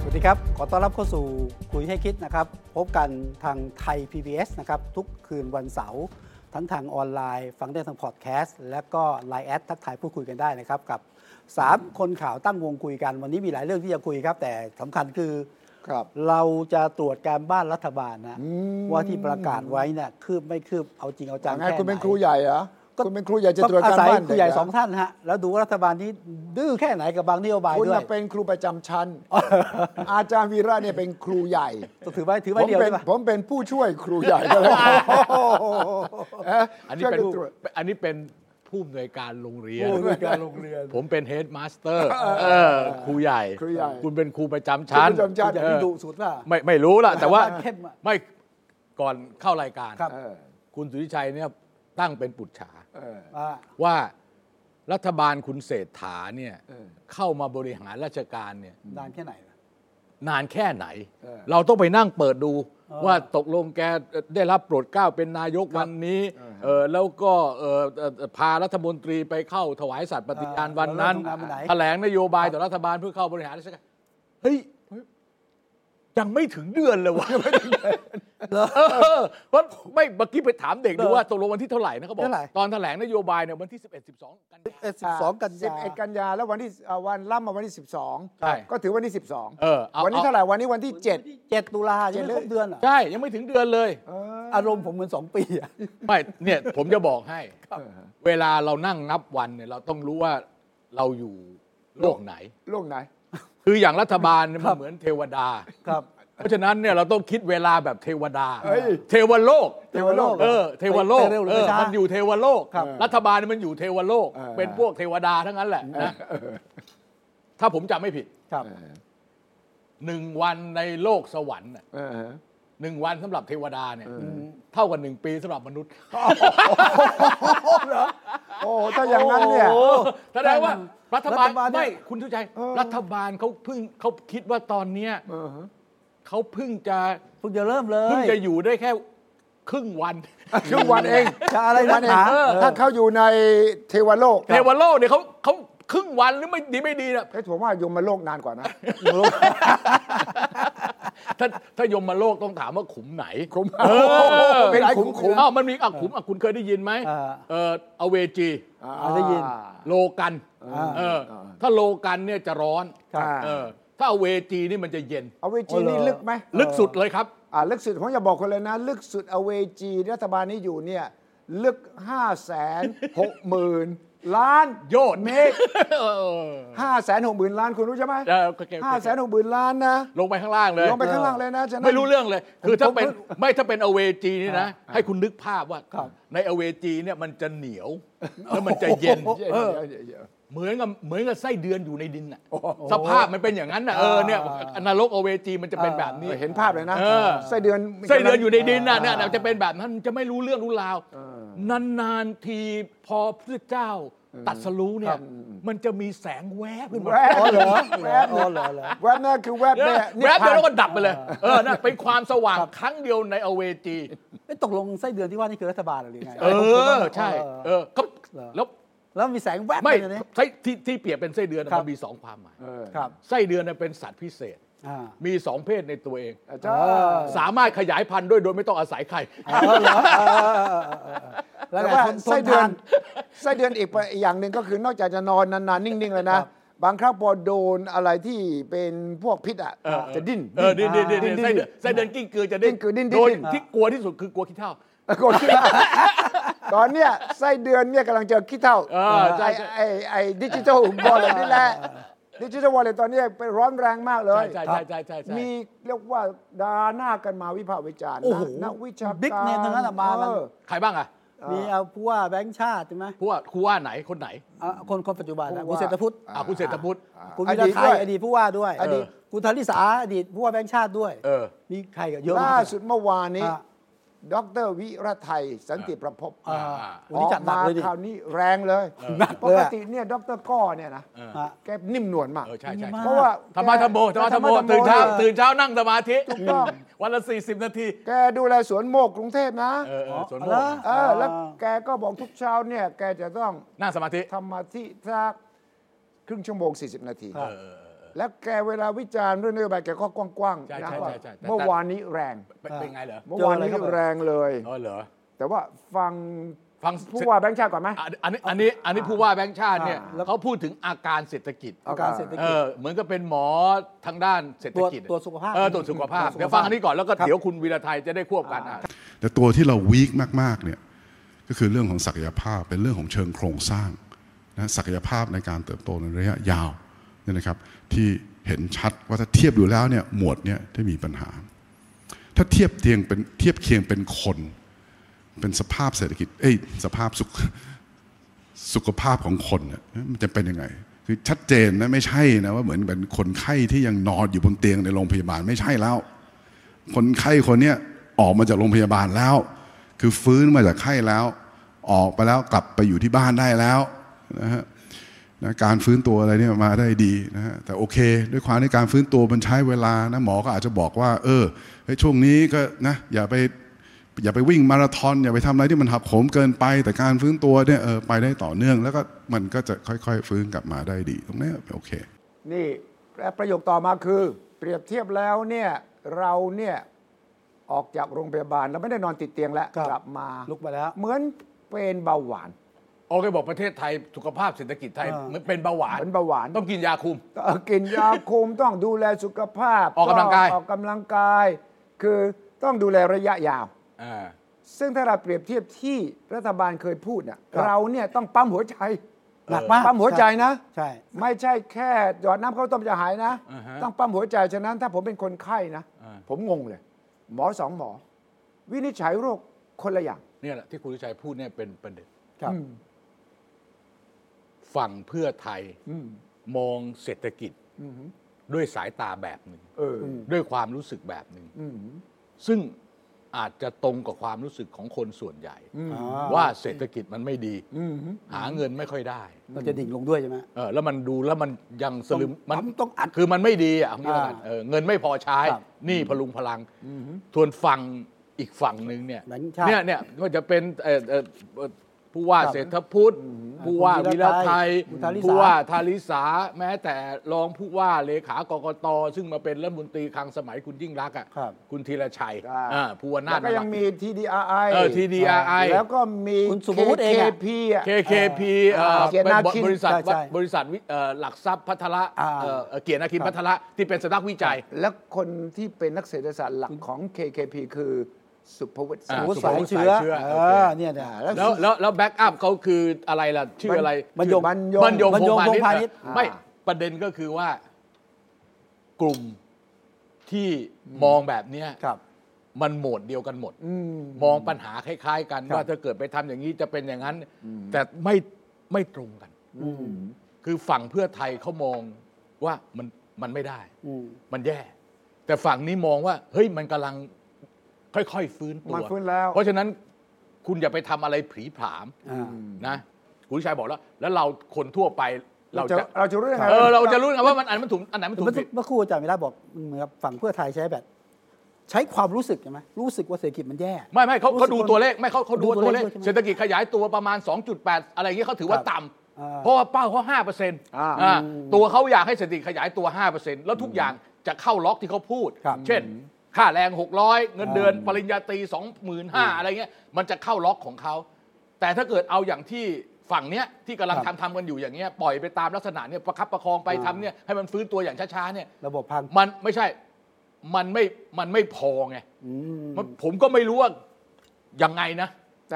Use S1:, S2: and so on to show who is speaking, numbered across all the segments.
S1: สวัสดีครับ ขอต้อนรับเข้าสู่คุยให้คิดนะครับ พบกันทางไทย PBS นะครับ ทุกคืนวันเสาร์ทั้งทางออนไลน์ ฟังได้ทางพอดแคสต์ และก็ Line แอดทักทายพูดคุยกันได้นะครับ กับ 3 คนข่าวตั้งวงคุยกัน วันนี้มีหลายเรื่องที่จะคุยครับ แต่สำคัญคือ
S2: ครับ
S1: เราจะตรวจการบ้านรัฐบาลนะ
S2: อืม
S1: ว่าที่ประกาศไว้เน่ะคืบไม่คืบเอาจริงเอาจัง
S2: ไง
S1: แค่ไหน
S2: คุณเป็นครูใหญ่เหรอคุณเป็นครูใหญ่จะ
S1: ต้อง
S2: ตรวจกา
S1: อ
S2: ร
S1: ศัย
S2: บ้าน
S1: ครู
S2: เด็ก
S1: ใหญ่
S2: เร
S1: สองท่านฮะแล้วดูว่ารัฐบาลนี้ดื้อแค่ไหนกับบางนโยบาย
S2: คุณ
S1: ด้วย
S2: น่ะเป็นครูประจำชั้น อาจารย์วีระเนี่ยเป็นครูใหญ่
S1: ถือไว้ถือ
S2: ผ
S1: ไว้
S2: ม
S1: เดียว
S2: เป็น
S1: ใช่ปะ
S2: ผมเป็นผู้ช่วยครูใหญ่ก็แล้วกันเะ
S3: อันนี้เป็น
S2: ช่วยกัต
S3: ผู้
S2: รวจ
S3: อันนี้เป็นผู้อำนวยการโรงเรียน
S1: ผู้อำนวยการโรงเรียน
S3: ผมเป็นเฮดมาสเตอร์ครูใหญ่
S2: ครูใหญ่
S3: คุณเป็นครูประจำชั้น
S2: ครูประจำชั้น
S3: เอย่
S1: อา
S3: อ
S1: ที่ดุสุดล่ะ
S3: ไม่ไม่รู้ล่ะ แต่ว่า
S1: เข้มอะ
S3: ไม่ก่อนเข้ารายการ
S1: ครับ
S2: เออ
S3: คุณสุทธิชัยเนี่ยตั้งเป็นปุจฉา
S2: เออ
S1: อ่า
S3: ว่ารัฐบาลคุณเศรษฐาเนี่ย
S2: เออ
S3: เข้ามาบริหารราชการเนี่ย
S1: นานแค่ไหนล่ะ
S3: นานแค่ไหน
S2: เออ
S3: เราต้องไปนั่งเปิดดู
S1: เออ
S3: ว่าตกลงแกเอ่อได้รับโปรดเกล้าเป็นนายกวันนี้
S2: เออ
S3: เออแล้วก็เอ่อเอ่อเอ่อพารัฐมนตรีไปเข้าถวายสัตย์ปฏิญาณ
S1: เออ
S3: วันนั้น
S1: แล้วทำงานวันไหน
S3: แถลงนโยบายต่อรัฐบาลเพื่อเข้าบริหารราชการเฮ้ยยังไม่ถึงเดือนเลยวะ เออเพราะไม่เมื่อกี้ไปถามเด็กดูว่าตกลงวันที่เท่าไหร่นะเขาบอก
S1: เท่าไหร่
S3: ตอนแถลงนโยบายเนี่ยวันที่ 11 12 กันยา
S1: เอสิบสองกันยา
S2: 11กันยาแล้ววันที่อ่าวันล่ำมาวันที่
S3: ใช่
S2: 12 ก็ถือวันที่
S3: เออเอา
S2: 12 วันนี้
S3: เอา
S2: เท่าไหร่วันนี้วันที่
S1: เจ็ดตุลายังไม่ครบเดือนเหรอ
S3: ใช่ยังไม่ถึงเดือนเลย
S2: 7
S1: อารมณ์ผมเหมือนสองปีอะ
S3: ไม่เนี่ยผมจะบอกให้ เวลาเรานั่งนับวันเนี่ยเราต้องรู้ว่าเราอยู่โลกไหน
S2: โลกไหน
S3: คืออย่างรัฐบาลเนี่ยมันเหมือนเทวดา
S1: ครับ
S3: เพราะฉะนั้นเนี่ยเราต้องคิดเวลาแบบเทวดา
S2: เอ้ย
S3: เทวโลก
S2: เทวโลก
S3: เออเทวโลก
S1: ไปเร็วหรือ
S3: เออ
S1: ไปช้ามั
S3: มันอยู่เทวโลก
S1: ครับ
S3: รัฐบาลเนี่ยมันอยู่เทวโลก
S2: เออ
S3: เป็นพวกเทวดาทั้งนั้นแหละนะถ้าผมจำไม่ผิด
S1: ครับ
S3: หนึ่งวันในโลกสวรรค์น่ะ
S2: เออ
S3: หนึ่งวันสำหรับเทวดาเนี่ยเท่ากับหนึ่งปีสำหรับมนุษย์
S2: โอ้โหถ้าอย่างนั้นเนี่ย
S3: โอ้แสดงว่ารัฐบาล
S1: รัฐบาลเนี่ย
S3: ไม่คุณทุชัย
S2: เออ
S3: รัฐบาลเขาเพิ่งเขาคิดว่าตอนเนี้ย
S2: เออฮะ
S3: เขาเพิ่งจะ
S1: เพิ่งจะเริ่มเลย
S3: เพิ่งจะอยู่ได้แค่ครึ่งวัน
S2: ครึ่งวันเอง
S1: จะอะไรนักหนา
S2: ครึ่งวันเองถ้าเขาอยู่ในเทวโลก
S3: เทวโลกเนี่ยเขาเขาครึ่งวันหรือไม่ดีไม่ดีนะ
S2: เอ้ยผมว่ายมโลกนานกว่านะ
S3: ถ้าถ้ายมมาโลกต้องถามว่าขุมไหน
S2: ขุม
S3: เออ
S2: เป็นขุมขุม
S3: อ้าวมันมีอ่ะขุมอ่ะคุณเคยได้ยินไหม
S1: เออ
S3: เออเอาเวจี
S1: เอาได้ยิน
S3: โลกัน
S1: อ่า
S3: เออถ้าโลกันเนี่ยจะร้อน
S1: ครับ
S3: เออถ้าเอาเวจีนี่มันจะเย็น
S2: เอาเวจีนี่ลึกไหม
S3: ลึกสุดเลยครับ
S2: อ่าลึกสุดผมจะบอกคนเลยนะ ลึกสุดเอาเวจีรัฐบาลนี้อยู่เนี่ย ลึก5 6 0 0 0 0 ล้าน
S3: โยน
S2: เมตร
S3: เออ
S2: 5 6 0 0 0 0 ล้านคุณรู้ใช่ไหม
S3: เออโอเคโอ
S2: ห้าแส
S3: เคน
S2: หกหมื่นล้านนะ
S3: ลงไปข้างล่างเลย
S2: ลงไปข้างล่างเลยนะฉะนั้น
S3: ไม่รู้เรื่องเลย คือถ้าเป็น
S2: ผมเพิ่ง
S3: ไม่ถ้าเป็นอเวจีนี่นะ ให้คุณนึกภาพว่า ในอเวจีเนี่ยมันจะเหนียว แล้วมันจะเย็น
S2: เย็น
S1: เออ
S2: เย็นเย็น
S3: เหมือนกับเหมือนกับไส้เดือนอยู่ในดินน่ะสภาพมันเป็นอย่างนั้นน่ะเออเนี่ยนรกอเวจีมันจะเป็นแบบนี้
S2: เห็นภาพเลยนะ
S3: เออ
S2: ไส้เดือน
S3: ไส้เดือนอยู่ในดินน่ะเนี่ยน่ะจะเป็นแบบนั้นมันจะไม่รู้เรื่องรู้ราวนานๆทีพอพระเจ้าตรัดสรู้เนี่ย มันจะมีแสงแวบขึ้นมา
S2: แวบ
S1: อ๋อเหรอ
S2: แวบ
S1: อ๋อเหรอเหรอ
S2: แวบนั่นคือแวบ
S3: แว
S2: แม่นิพ
S3: บเดี
S2: พา
S3: ยวแล้ว
S2: น
S3: ก็ดับไปเลย เออนะเป็นความสว่างครั้งเดียวในอเวจี
S1: ไอ้ตกลงไส้เดือนที่ว่านี่คือรัฐบาลหรือไง
S3: เออ ใช่
S1: เอ
S3: เอ
S1: อ
S3: อก็
S1: เหรอ
S3: แล้ว
S1: แล้วมีแสงแวบ
S3: ไม่
S1: ปเลยนะ
S3: ใช่ที่ที่เปรียบเป็นไส้เดือนน่ะ
S1: ครับ
S3: มันมีสองความหมาย
S2: เออ
S1: ครับ
S3: ไส้เดือนน่ะเป็นสัตว์พิเศษ
S1: อ่า
S3: มีสองเพศในตัวเอง
S2: อาจาร
S1: เออ
S2: ย์
S3: สามารถขยายพันธุ์ด้วยโดยไม่ต้องอาศัยใคร
S1: เออเหรอเออเออเออเออเออแล้ว
S2: แต่
S1: ไง
S2: ว่า
S1: ทนท
S2: ไส้
S1: น
S2: เดือ
S1: ทาน น
S2: ไส้เดือนอีกอย่างหนึ่งก็คือนอกจากจะนอนนานๆ นิ่ง ๆ เลยนะ บางครั้งพอโดนอะไรที่เป็นพวกพิษอ่ะ
S3: เออ
S2: จะดิ้น
S3: เออดิ้นดิ้นดิ้น
S2: ดิ้นดิ้น
S3: ไส้เดือนไส้เดือนกิ้งกือจะดิ้
S2: กิ้งกือดิ้นดิ้น
S3: โดย
S2: ดิ้น
S3: ที่กลัวที่สุดคือกลัวขี้เถ้า
S2: โกรธขึ้นมาตอนเนี้ยไส้เดือนเนี่ยกำลังเจอขี้เท่า
S3: เออใช่
S2: ไอ้
S3: ใช่
S2: ไอ้ไอ้ดิจิทัลวอลเล็ตนี่แหละดิจิทัลวอลเล็ตตอนเนี้ยไปร้อนแรงมากเลย
S3: ใช่ใช่ใช่ใช่ใช่ใช่
S2: มีเรียกว่าดาหน้ากันมาวิพากษ์วิจารณ์
S1: โอ้โห
S2: นะนักวิชาการ
S1: บิ๊กเนมทั้งนั้นอะมากัน
S2: เออ
S3: ใครบ้างอ่ะ
S1: มีเอาผู้ว่าแบงค์ชาติใช่ไหม
S3: ผู้ว่าผู้ว่าไหนคนไหน
S1: อ่ะคนคนปัจจุบันนะ
S2: ผู้
S1: คุณ
S2: ว่า
S1: เศรษฐพุทธ
S3: อ่าคุณเศรษฐพุทธ
S1: คุณ
S2: อ
S1: วิ
S2: ดี
S1: ระ
S2: ต
S1: ไท
S2: ด้วย ย
S1: อดีตผู้ว่าด้วย
S2: อดีต
S1: เคุณธาริสาอดีตผู้ว่าแบงค์ชาติด้วย
S3: เออ
S1: มีใครก็เย
S2: ล่าม
S1: อะาก
S2: สุดเมื่อวานนี้
S1: อ่ะ
S2: ดอกเตอรวิระไทย สันติประภพ
S1: อ่า
S3: อ่า
S1: วันนี้จัดหนักเลยดิ
S2: ออมาคราวนี้แรงเลย
S1: หนัก
S2: ป
S1: เลย
S2: ก
S1: อะ
S2: ติเนี่ยดอกเตอรก้อเนี่ยนะ
S3: เออ
S1: ฮะ
S2: แกนิ่มนวลมาก
S3: เออใช่ใช่
S1: มาก
S3: ใช่
S2: เพราะว่า
S3: ธรรมะธรรมโมธรรมะธรรมโม
S2: ธรรมะธรรมโม
S3: ตื่นเช้า
S2: เนี่ย
S3: ตื่นเช้านั่งสมาธิ
S2: ถูกต้อง
S3: วันละสี่สิบนาที
S2: แกดูแลสวนโมกกรุงเทพนะ
S3: เออเออสวนโม
S1: เหร
S3: ก
S1: อ
S2: เออแล้ว
S1: อ่า
S2: แกก็บอกทุกเช้าเนี่ย แกจะต้อง
S3: นั่งสมาธิ
S2: ทำมาที่สักครึ่งชั่วโมง 40 นาที
S3: เออเออเออ
S2: แล้วแกเวลาวิจารณ์เรื่องนโยบายแกก็กว้าง
S3: ใช่
S2: ๆ
S3: ใช่
S2: นะ
S3: ใช่ใช่แต่
S2: เมื่อวานนี้แรง
S3: เป็นเป็นไงเหรอ
S2: เมื่อวานนี้
S1: เจออะไรเข้าไป
S2: แรงเลย
S3: เออเหรอ
S2: แต่ว่าฟัง
S3: ฟัง
S2: ผู้ว่าแบงค์ชาติก่อนไหม
S3: อ่ะอันนี้อันนี้อันนี้ผู้ว่าแบงค์ชาติเนี่ย
S1: อ่าแล้ว
S3: เขาพูดถึงอาการเศรษฐกิจ
S1: อาการเศรษฐ
S3: เอ
S1: กิจ
S3: อเหมือนกับเป็นหมอทางด้านเศรษฐกิจ
S1: ตรวจตรวจสุขภาพ
S3: เออตรวจสุขภา
S1: ต
S3: พ
S1: รวจสุขภาพ
S3: เดี๋ยวฟังอันนี้ก่อนแล้วก็เดี๋ยวคุณวีระไทยจะได้ควบกันอ่ะ
S4: แต่ตัวที่เราวีคมาก ๆ เนี่ย ก็คือเรื่องของศักยภาพเป็นเรื่องของเชิงโครงสร้างนะศักยภาพในการเติบโตในระยะยาวเนี่ยนะครับ ที่เห็นชัดว่าถ้าเทียบดูแล้วเนี่ยหมวดเนี่ยได้มีปัญหา ถ้าเทียบเทียงเป็นเทียบเคียงเป็นคน เป็นสภาพเศรษฐกิจเอ้ยสภาพสุข สุขภาพของคนน่ะมันจะเป็นยังไง คือชัดเจนนะไม่ใช่นะว่าเหมือนเป็นคนไข้ที่ยังนอนอยู่บนเตียงในโรงพยาบาลไม่ใช่แล้ว คนไข้คนเนี้ยออกมาจากโรงพยาบาลแล้ว คือฟื้นมาจากไข้แล้ว ออกไปแล้วกลับไปอยู่ที่บ้านได้แล้วนะฮะนะการฟื้นตัวอะไรเนี่ยมาได้ดีนะฮะแต่โอเค ด้วยความที่การฟื้นตัวมันใช้เวลานะหมอก็อาจจะบอกว่า เออเฮ้ยช่วงนี้ก็นะอย่าไป อย่าไปวิ่งมาราธอนอย่าไปทำอะไรที่มันหักโหมเกินไป แต่การฟื้นตัวเนี่ยเออไปได้ต่อเนื่อง แล้วก็มันก็จะค่อยๆ ฟื้นกลับมาได้ดี ตรงเนี้ยโอเค
S2: นี่และประโยคต่อมาคือ เปรียบเทียบแล้วเนี่ยเราเนี่ยออกจากโรงพยาบาลเราไม่ได้นอนติดเตียงแล้ว
S1: ครับ
S2: กลับมา
S1: ลุกมาแล้ว
S2: เหมือนเป็นเบาหวาน
S3: โอเคบอกประเทศไทยสุขภาพเศรษฐกิจไทย
S1: เออ
S3: เหมือนเป็นเบาหวาน
S2: เป็นเบาหวาน
S3: ต้องกินยาคุม
S2: เอ่อกินยาคุมต้องดูแลสุขภาพ
S3: ออกกำลังกาย
S2: ต้อออกกำลังกาย คือต้องดูแลระยะยาว
S3: อ่า
S2: ซึ่งถ้าเราเปรียบเทียบที่รัฐบาลเคยพูดน่ะ
S1: ครับ
S2: เราเนี่ยต้องปั๊มหัวใจ
S1: หนักมาก
S2: ปั๊มหัวใจนะ
S1: ใช่
S2: ไม่ใช่แค่หยอดน้ำเข้าต้มจะหายนะ
S3: าฮะ
S2: ต้องปั๊มหัวใจ ฉะนั้นถ้าผมเป็นคนไข้นะ
S3: อ่า
S2: ผมงงเลย หมอสองหมอ วินิจฉัยโรคคนละอย่าง
S3: เนี่ยแหละที่คุณวิชัยพูดเนี่ยเป็นประเด็น
S1: ครับ
S3: ฝั่งเพื่อไทย
S2: อืม
S3: มองเศรษฐกิจ
S2: อืม
S3: ด้วยสายตาแบบหนึ่ง
S2: เอออืม
S3: ด้วยความรู้สึกแบบหนึ่ง
S2: อืม
S3: ซึ่งอาจจะตรงกับความรู้สึกของคนส่วนใหญ่
S1: อ่
S3: ว่าเศรษฐกิจมันไม่ดี
S2: อืม
S3: หาเงินไม่ค่อยได้
S1: เราจะดิ่งลงด้วยใช่ไหม
S3: เออแล้วมันดูแล้วมันยังสลึม
S1: ต้องปั๊มต้องอัด
S3: คือมันไม่ดีอ่ะเอางี้ละกัน
S1: อ่า
S3: เออเงินไม่พอใช้
S1: ครับ
S3: หนี่พลุงพลังทวนฝั่งอีกฝั่งหนึ่งเนี่ย
S1: แบงค์ชาติ
S3: เนี่ยเนี่ยก็จะเป็นเอ่อเอ่อเอ่อผู้ว่า
S1: ครับ
S3: เศรษฐพุทธผู้ว่า
S1: คุณธี
S3: วิ
S1: ร
S3: ระ
S1: ไท
S3: ไท
S1: ย
S3: ย
S1: คุณธาริสา
S3: ผู้ว่าธาริสาแม้แต่รองผู้ว่าเลขากกตซึ่งมาเป็นรัฐมนตรีคลังสมัยคุณยิ่งรักษณ์อ่ะ
S1: ครับ
S3: คุณธีรชัย
S2: ได้
S3: อ่าผู้ว่านา
S2: แล้
S3: ถ
S2: วก็ยังมี TDRI
S3: เออ TDRI
S2: แล้วก็มี
S1: คุณสุภวุฒิเองอะ
S2: KKP อะ
S3: KKP
S2: อ่า
S3: เอ่อ
S2: เกียรติ
S3: เป็น
S2: นา
S3: บ
S2: คิน
S3: บริษัท
S1: ใช่ใช่
S3: บริษัทวิเอ่อหลักทรัพย์พัทระ
S1: อ่า
S3: เอ่อเกียรตินาคินพัทระที่เป็นสำนักวิจัย
S2: และคนที่เป็นนักเศรษฐศาสตร์หลักของ KKP คือสุภวุฒิ
S3: อ่า
S1: สมมติ
S3: สุ
S1: สา
S3: ภ
S1: ย
S3: วุฒิ
S1: เชื้อ
S3: สายเชื้อ
S1: เอ
S3: โอเค
S1: อเนี่ยเนี่ย
S2: อ่าแล้ว
S3: แล้วแล้วแล้วแบ็กอัพเขาคืออะไรล่ะ ชื่ออะไร
S1: บรรยง
S2: บรรยง
S3: บรรยง
S1: บรรยง
S3: พงษ์
S1: พงษ์
S3: พา
S1: พาณิ
S3: ณิ
S1: ช
S3: ช
S1: ย์
S3: ย์ไม่ประเด็นก็คือว่า กลุ่มที่มองแบบเนี้ย
S1: ครับ
S3: มันโหมดเดียวกันหมด
S2: อืม
S3: มองปัญหาคล้าย ๆ กัน
S1: ครับ
S3: ว่าถ้าเกิดไปทำอย่างนี้จะเป็นอย่างนั้น แต่ไม่ไม่ตรงกัน
S1: อืม
S3: คือฝั่งเพื่อไทยเขามองว่ามันมันไม่ได้
S1: อืม
S3: มันแย่ แต่ฝั่งนี้มองว่า เฮ้ยมันกำลังค่อยๆฟื้นตัว
S2: มันฟื้นแล้ว
S3: เพราะฉะนั้นคุณอย่าไปทำอะไรผีผลาม
S1: อ่า
S3: นะคุณวิชัยบอกแล้ว แล้วเราคนทั่วไปเรา
S2: เราจะ
S3: จะ
S2: เราจะรู้ยังไง
S3: เออ
S2: ว่
S3: เราจะรู้ไงว่ามันอันไหนมันถูกอันไหนมัน
S1: แต่
S3: ถูก
S1: เมื่อ
S3: ผิด
S1: เมื่อครู่อาจารย์วิระบอกเหมือนกับฝั่งเพื่อไทยใช้แบบ ใช้ความรู้สึกใช่ไหมรู้สึกว่าเศรษฐกิจมันแย่
S3: ไม่ไม่เขาเขาดูตัวเลขไม่เขาเขาดู
S1: ดูตั
S3: ตัว ว
S1: เล
S3: เล
S1: ข
S3: ข
S1: ด้วยใช่ไหม
S3: เศรษฐกิจขยายตัวประมาณ 2.8 อะไรอย่างนี้เขาถือว่า
S1: ครับ
S3: ต่
S1: อ่า
S3: ำเพราะว่าเป้าเขา5%เปอร์เซ็นต์ตัวเขาอยากให้เศรษฐกิจขยายตัว 5%แล้วทุกอย่างจะเข้าล็อกที่เขาพูด
S1: ครับ
S3: เช่น ค่าแรง 600 เงินเดือน ปริญญาตรี25,000อะไรเงี้ยมันจะเข้าล็อกของเขา แต่ถ้าเกิดเอาอย่างที่ฝั่งเนี้ยที่กำลัง
S1: ครับ
S3: ทำทำกันอยู่อย่างเงี้ยปล่อยไปตามลักษณะเนี่ยประคับประคองไปทำเนี่ยให้มันฟื้นตัวอย่างช้าๆเนี่ย
S1: ระบบพัง
S3: มันไม่ใช่มันไม่มันไม่พอไง
S1: อืม
S3: มันผมก็ไม่รู้ว่ายังไงนะ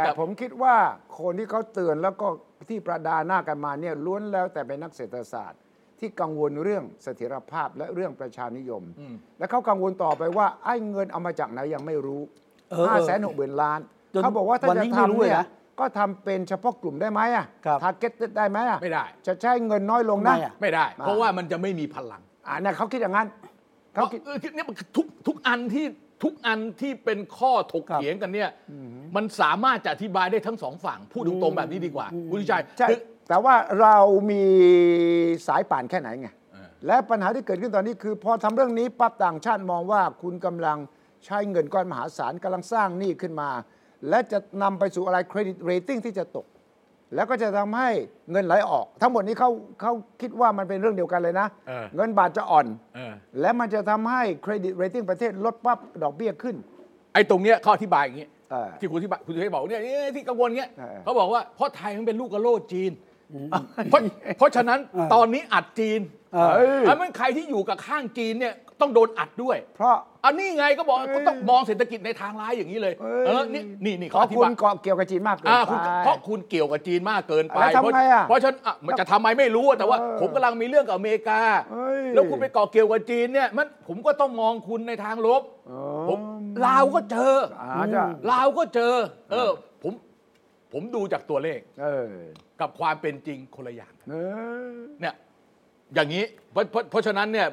S2: แต่ผมคิดว่าคนที่เขาเตือนแล้วก็ที่ประดาหน้ากันมาเนี่ยล้วนแล้วแต่เป็นนักเศรษฐศาสตร์ ที่กังวลเรื่องเสถียรภาพและเรื่องประชานิยม
S3: อืม
S2: และเขากังวลต่อไปว่าไอ้เงินเอามาจากไหนยังไม่รู้
S1: เออเออ
S2: ห้าแสนหกหมื่นล้าน
S1: จน
S2: เขาบอกว่าถ้า
S1: วัน
S2: จะ
S1: นี้ไม่รู้
S2: ทำ
S1: เลย
S2: เนี่ย
S1: นะ
S2: ก็ทำเป็นเฉพาะกลุ่มได้ไหมอ่ะ
S1: ครับ
S2: ทาร์เก็ตได้ไหมอ่ะ
S3: ไม่ได้
S2: จะใช้เงินน้อยลงนะ
S1: ทำไมอ่ะ
S3: ไม่ได้ เพราะ
S2: อ่า
S3: ว่ามันจะไม่มีพลัง
S2: อ่าเนี่ยเขาคิดอย่างนั้น
S3: เพ
S2: เขา
S3: ราะ
S2: คิด
S3: เออเนี่ยมันทุกทุกอันที่ทุกอันที่เป็นข้อถกเถียงกันเนี่ย มันสามารถจะอธิบายได้ทั้งสองฝั่งพูดตรงๆแบบนี้ดีกว่าคุณชัย
S2: ใช่
S3: คือ
S2: แต่ว่าเรามีสายป่านแค่ไหนไง
S3: เออ
S2: และปัญหาที่เกิดขึ้นตอนนี้คือ พอทำเรื่องนี้ปั๊บต่างชาติมองว่าคุณกำลังใช้เงินก้อนมหาศาลกำลังสร้างหนี้ขึ้นมา และจะนำไปสู่อะไรเครดิตเรตติ้งที่จะตก แล้วก็จะทำให้เงินไหลออก ทั้งหมดนี้เขาเขาคิดว่ามันเป็นเรื่องเดียวกันเลยนะ
S3: เออ
S2: เงินบาทจะอ่อน
S3: เออ
S2: และมันจะทำให้เครดิตเรตติ้งประเทศลดปั๊บดอกเบี้ยขึ้น
S3: ไอ้ตรงเนี้ยเข้ออธิบายอย่างนี้
S2: เออ
S3: ที่คุณที่คุณที่บอกเนี่ยเอ๊ะที่กังวลเงี้ย
S2: เออ
S3: เขาบอกว่าเพราะไทยมันเป็นลูกกระโลกจีนเพราะเพราะฉะนั้นตอนนี้อัดจีน
S1: เออ
S3: เออแล้วมันใครที่อยู่กับข้างจีนเนี่ยต้องโดนอัดด้วย
S2: เพราะ
S3: อันนี้ไงก็บอกก็ต้องมองเศรษฐกิจในทางร้ายอย่างนี้เลย
S2: เอ้ย
S3: เออนี่นี่นี่
S2: เพ
S3: เขาอ
S2: ราะ
S3: ธิ
S2: คุ
S3: บา
S2: ณ
S3: ย
S2: เกาะเกี่ยวกับจีนมากเกิน
S3: อ่า
S2: ไป
S3: คุณเพราะคุณเกี่ยวกับจีนมากเกินไป
S2: แล้วทำ
S3: เพราะ
S2: ไงอ่ะ
S3: เพราะฉะนั้นอ่ะมันจะทำไมไม่รู้อะแต่ว่า
S2: เออ
S3: ผมกำลังมีเรื่องกับอเมริกา
S2: เอ้ย
S3: แล้วคุณไปก่อเกี่ยวกับจีนเนี่ยมันผมก็ต้องมองคุณในทางลบ
S2: อ๋อ
S3: ผมลาวก็เจออ
S2: มจ้ะ
S3: ลาวก็เจอ เออ ผมผมดูจากตัวเลข
S2: เออ
S3: กับความเป็นจริงคนละอย่าง
S2: เออ
S3: เนี่ยอย่างนี้เพราะเพราะเพราะฉะนั้นเนี่ย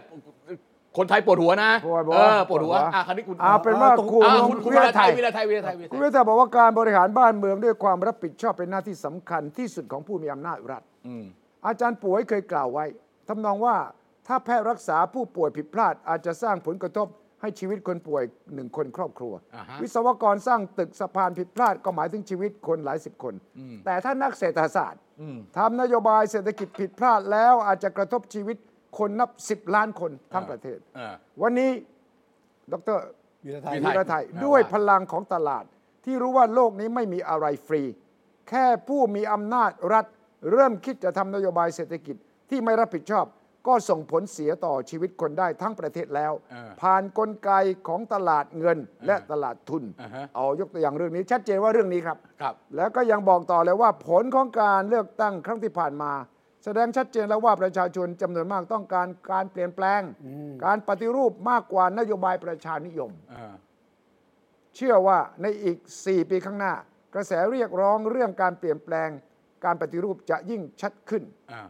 S3: คนไทยปวดหัวนะ
S2: ปวดหัว
S3: เออปวดหัว
S2: ปวดหัว
S3: อ่ะคราวนี้คุณ
S2: เอาเป็นว่า
S3: อ่ะ
S2: คุณ
S3: คุณ
S2: คุ
S3: คุณณ
S2: วิร
S3: วิร
S2: ไท
S3: ไท
S2: ย
S3: ยวิรไทยวิรไทยวิรไท
S2: คุ
S3: ย
S2: ณวิทยาบอกว่าการบริหารบ้านเมืองด้วยความรับผิดชอบเป็นหน้าที่สำคัญที่สุดของผู้มีอำนาจรัฐ
S3: อืม
S2: อาจารย์ป่วยเคยกล่าวไว้ทำนองว่าถ้าแพทย์รักษาผู้ป่วยผิดพลาด อาจจะสร้างผลกระทบให้ชีวิตคนป่วยหนึ่งคนครอบครัว
S3: อ่าฮะ
S2: วิศวกรสร้างตึกสะพานผิดพลาดก็หมายถึงชีวิตคนหลายสิบคน แต่ถ้านักเศรษฐศาสตร์ทำนโยบายเศรษฐกิจผิดพลาดแล้วอาจจะกระทบชีวิตคนนับสิบล้านคนทั้งประเทศ
S3: เออ
S2: วันนี้ดร
S1: วิรไท
S3: วิ
S1: ย
S3: ร
S2: วิรไทย
S3: นะ
S2: ด้วยพลังของตลาด ที่รู้ว่าโลกนี้ไม่มีอะไรฟรี แค่ผู้มีอำนาจรัฐ เริ่มคิดจะทำนโยบายเศรษฐกิจที่ไม่รับผิดชอบ ก็ส่งผลเสียต่อชีวิตคนได้ทั้งประเทศแล้ว
S3: เออ
S2: ผ่านกลไกของตลาดเงินและตลาดทุน
S3: อ่าฮะ
S2: เอายกตัวอย่างเรื่องนี้ ชัดเจนว่าเรื่องนี้ครับ
S3: ครับ
S2: แล้วก็ยังบอกต่อเลยว่าผลของการเลือกตั้งครั้งที่ผ่านมา แสดงชัดเจนแล้วว่าประชาชนจำนวนมากต้องการการเปลี่ยนแปลง การปฏิรูปมากกว่านโยบายประชานิยม
S3: เออ
S2: เชื่อว่าในอีก 4 ปีข้างหน้า กระแสเรียกร้องเรื่องการเปลี่ยนแปลง การปฏิรูปจะยิ่งชัดขึ้น
S3: อ่า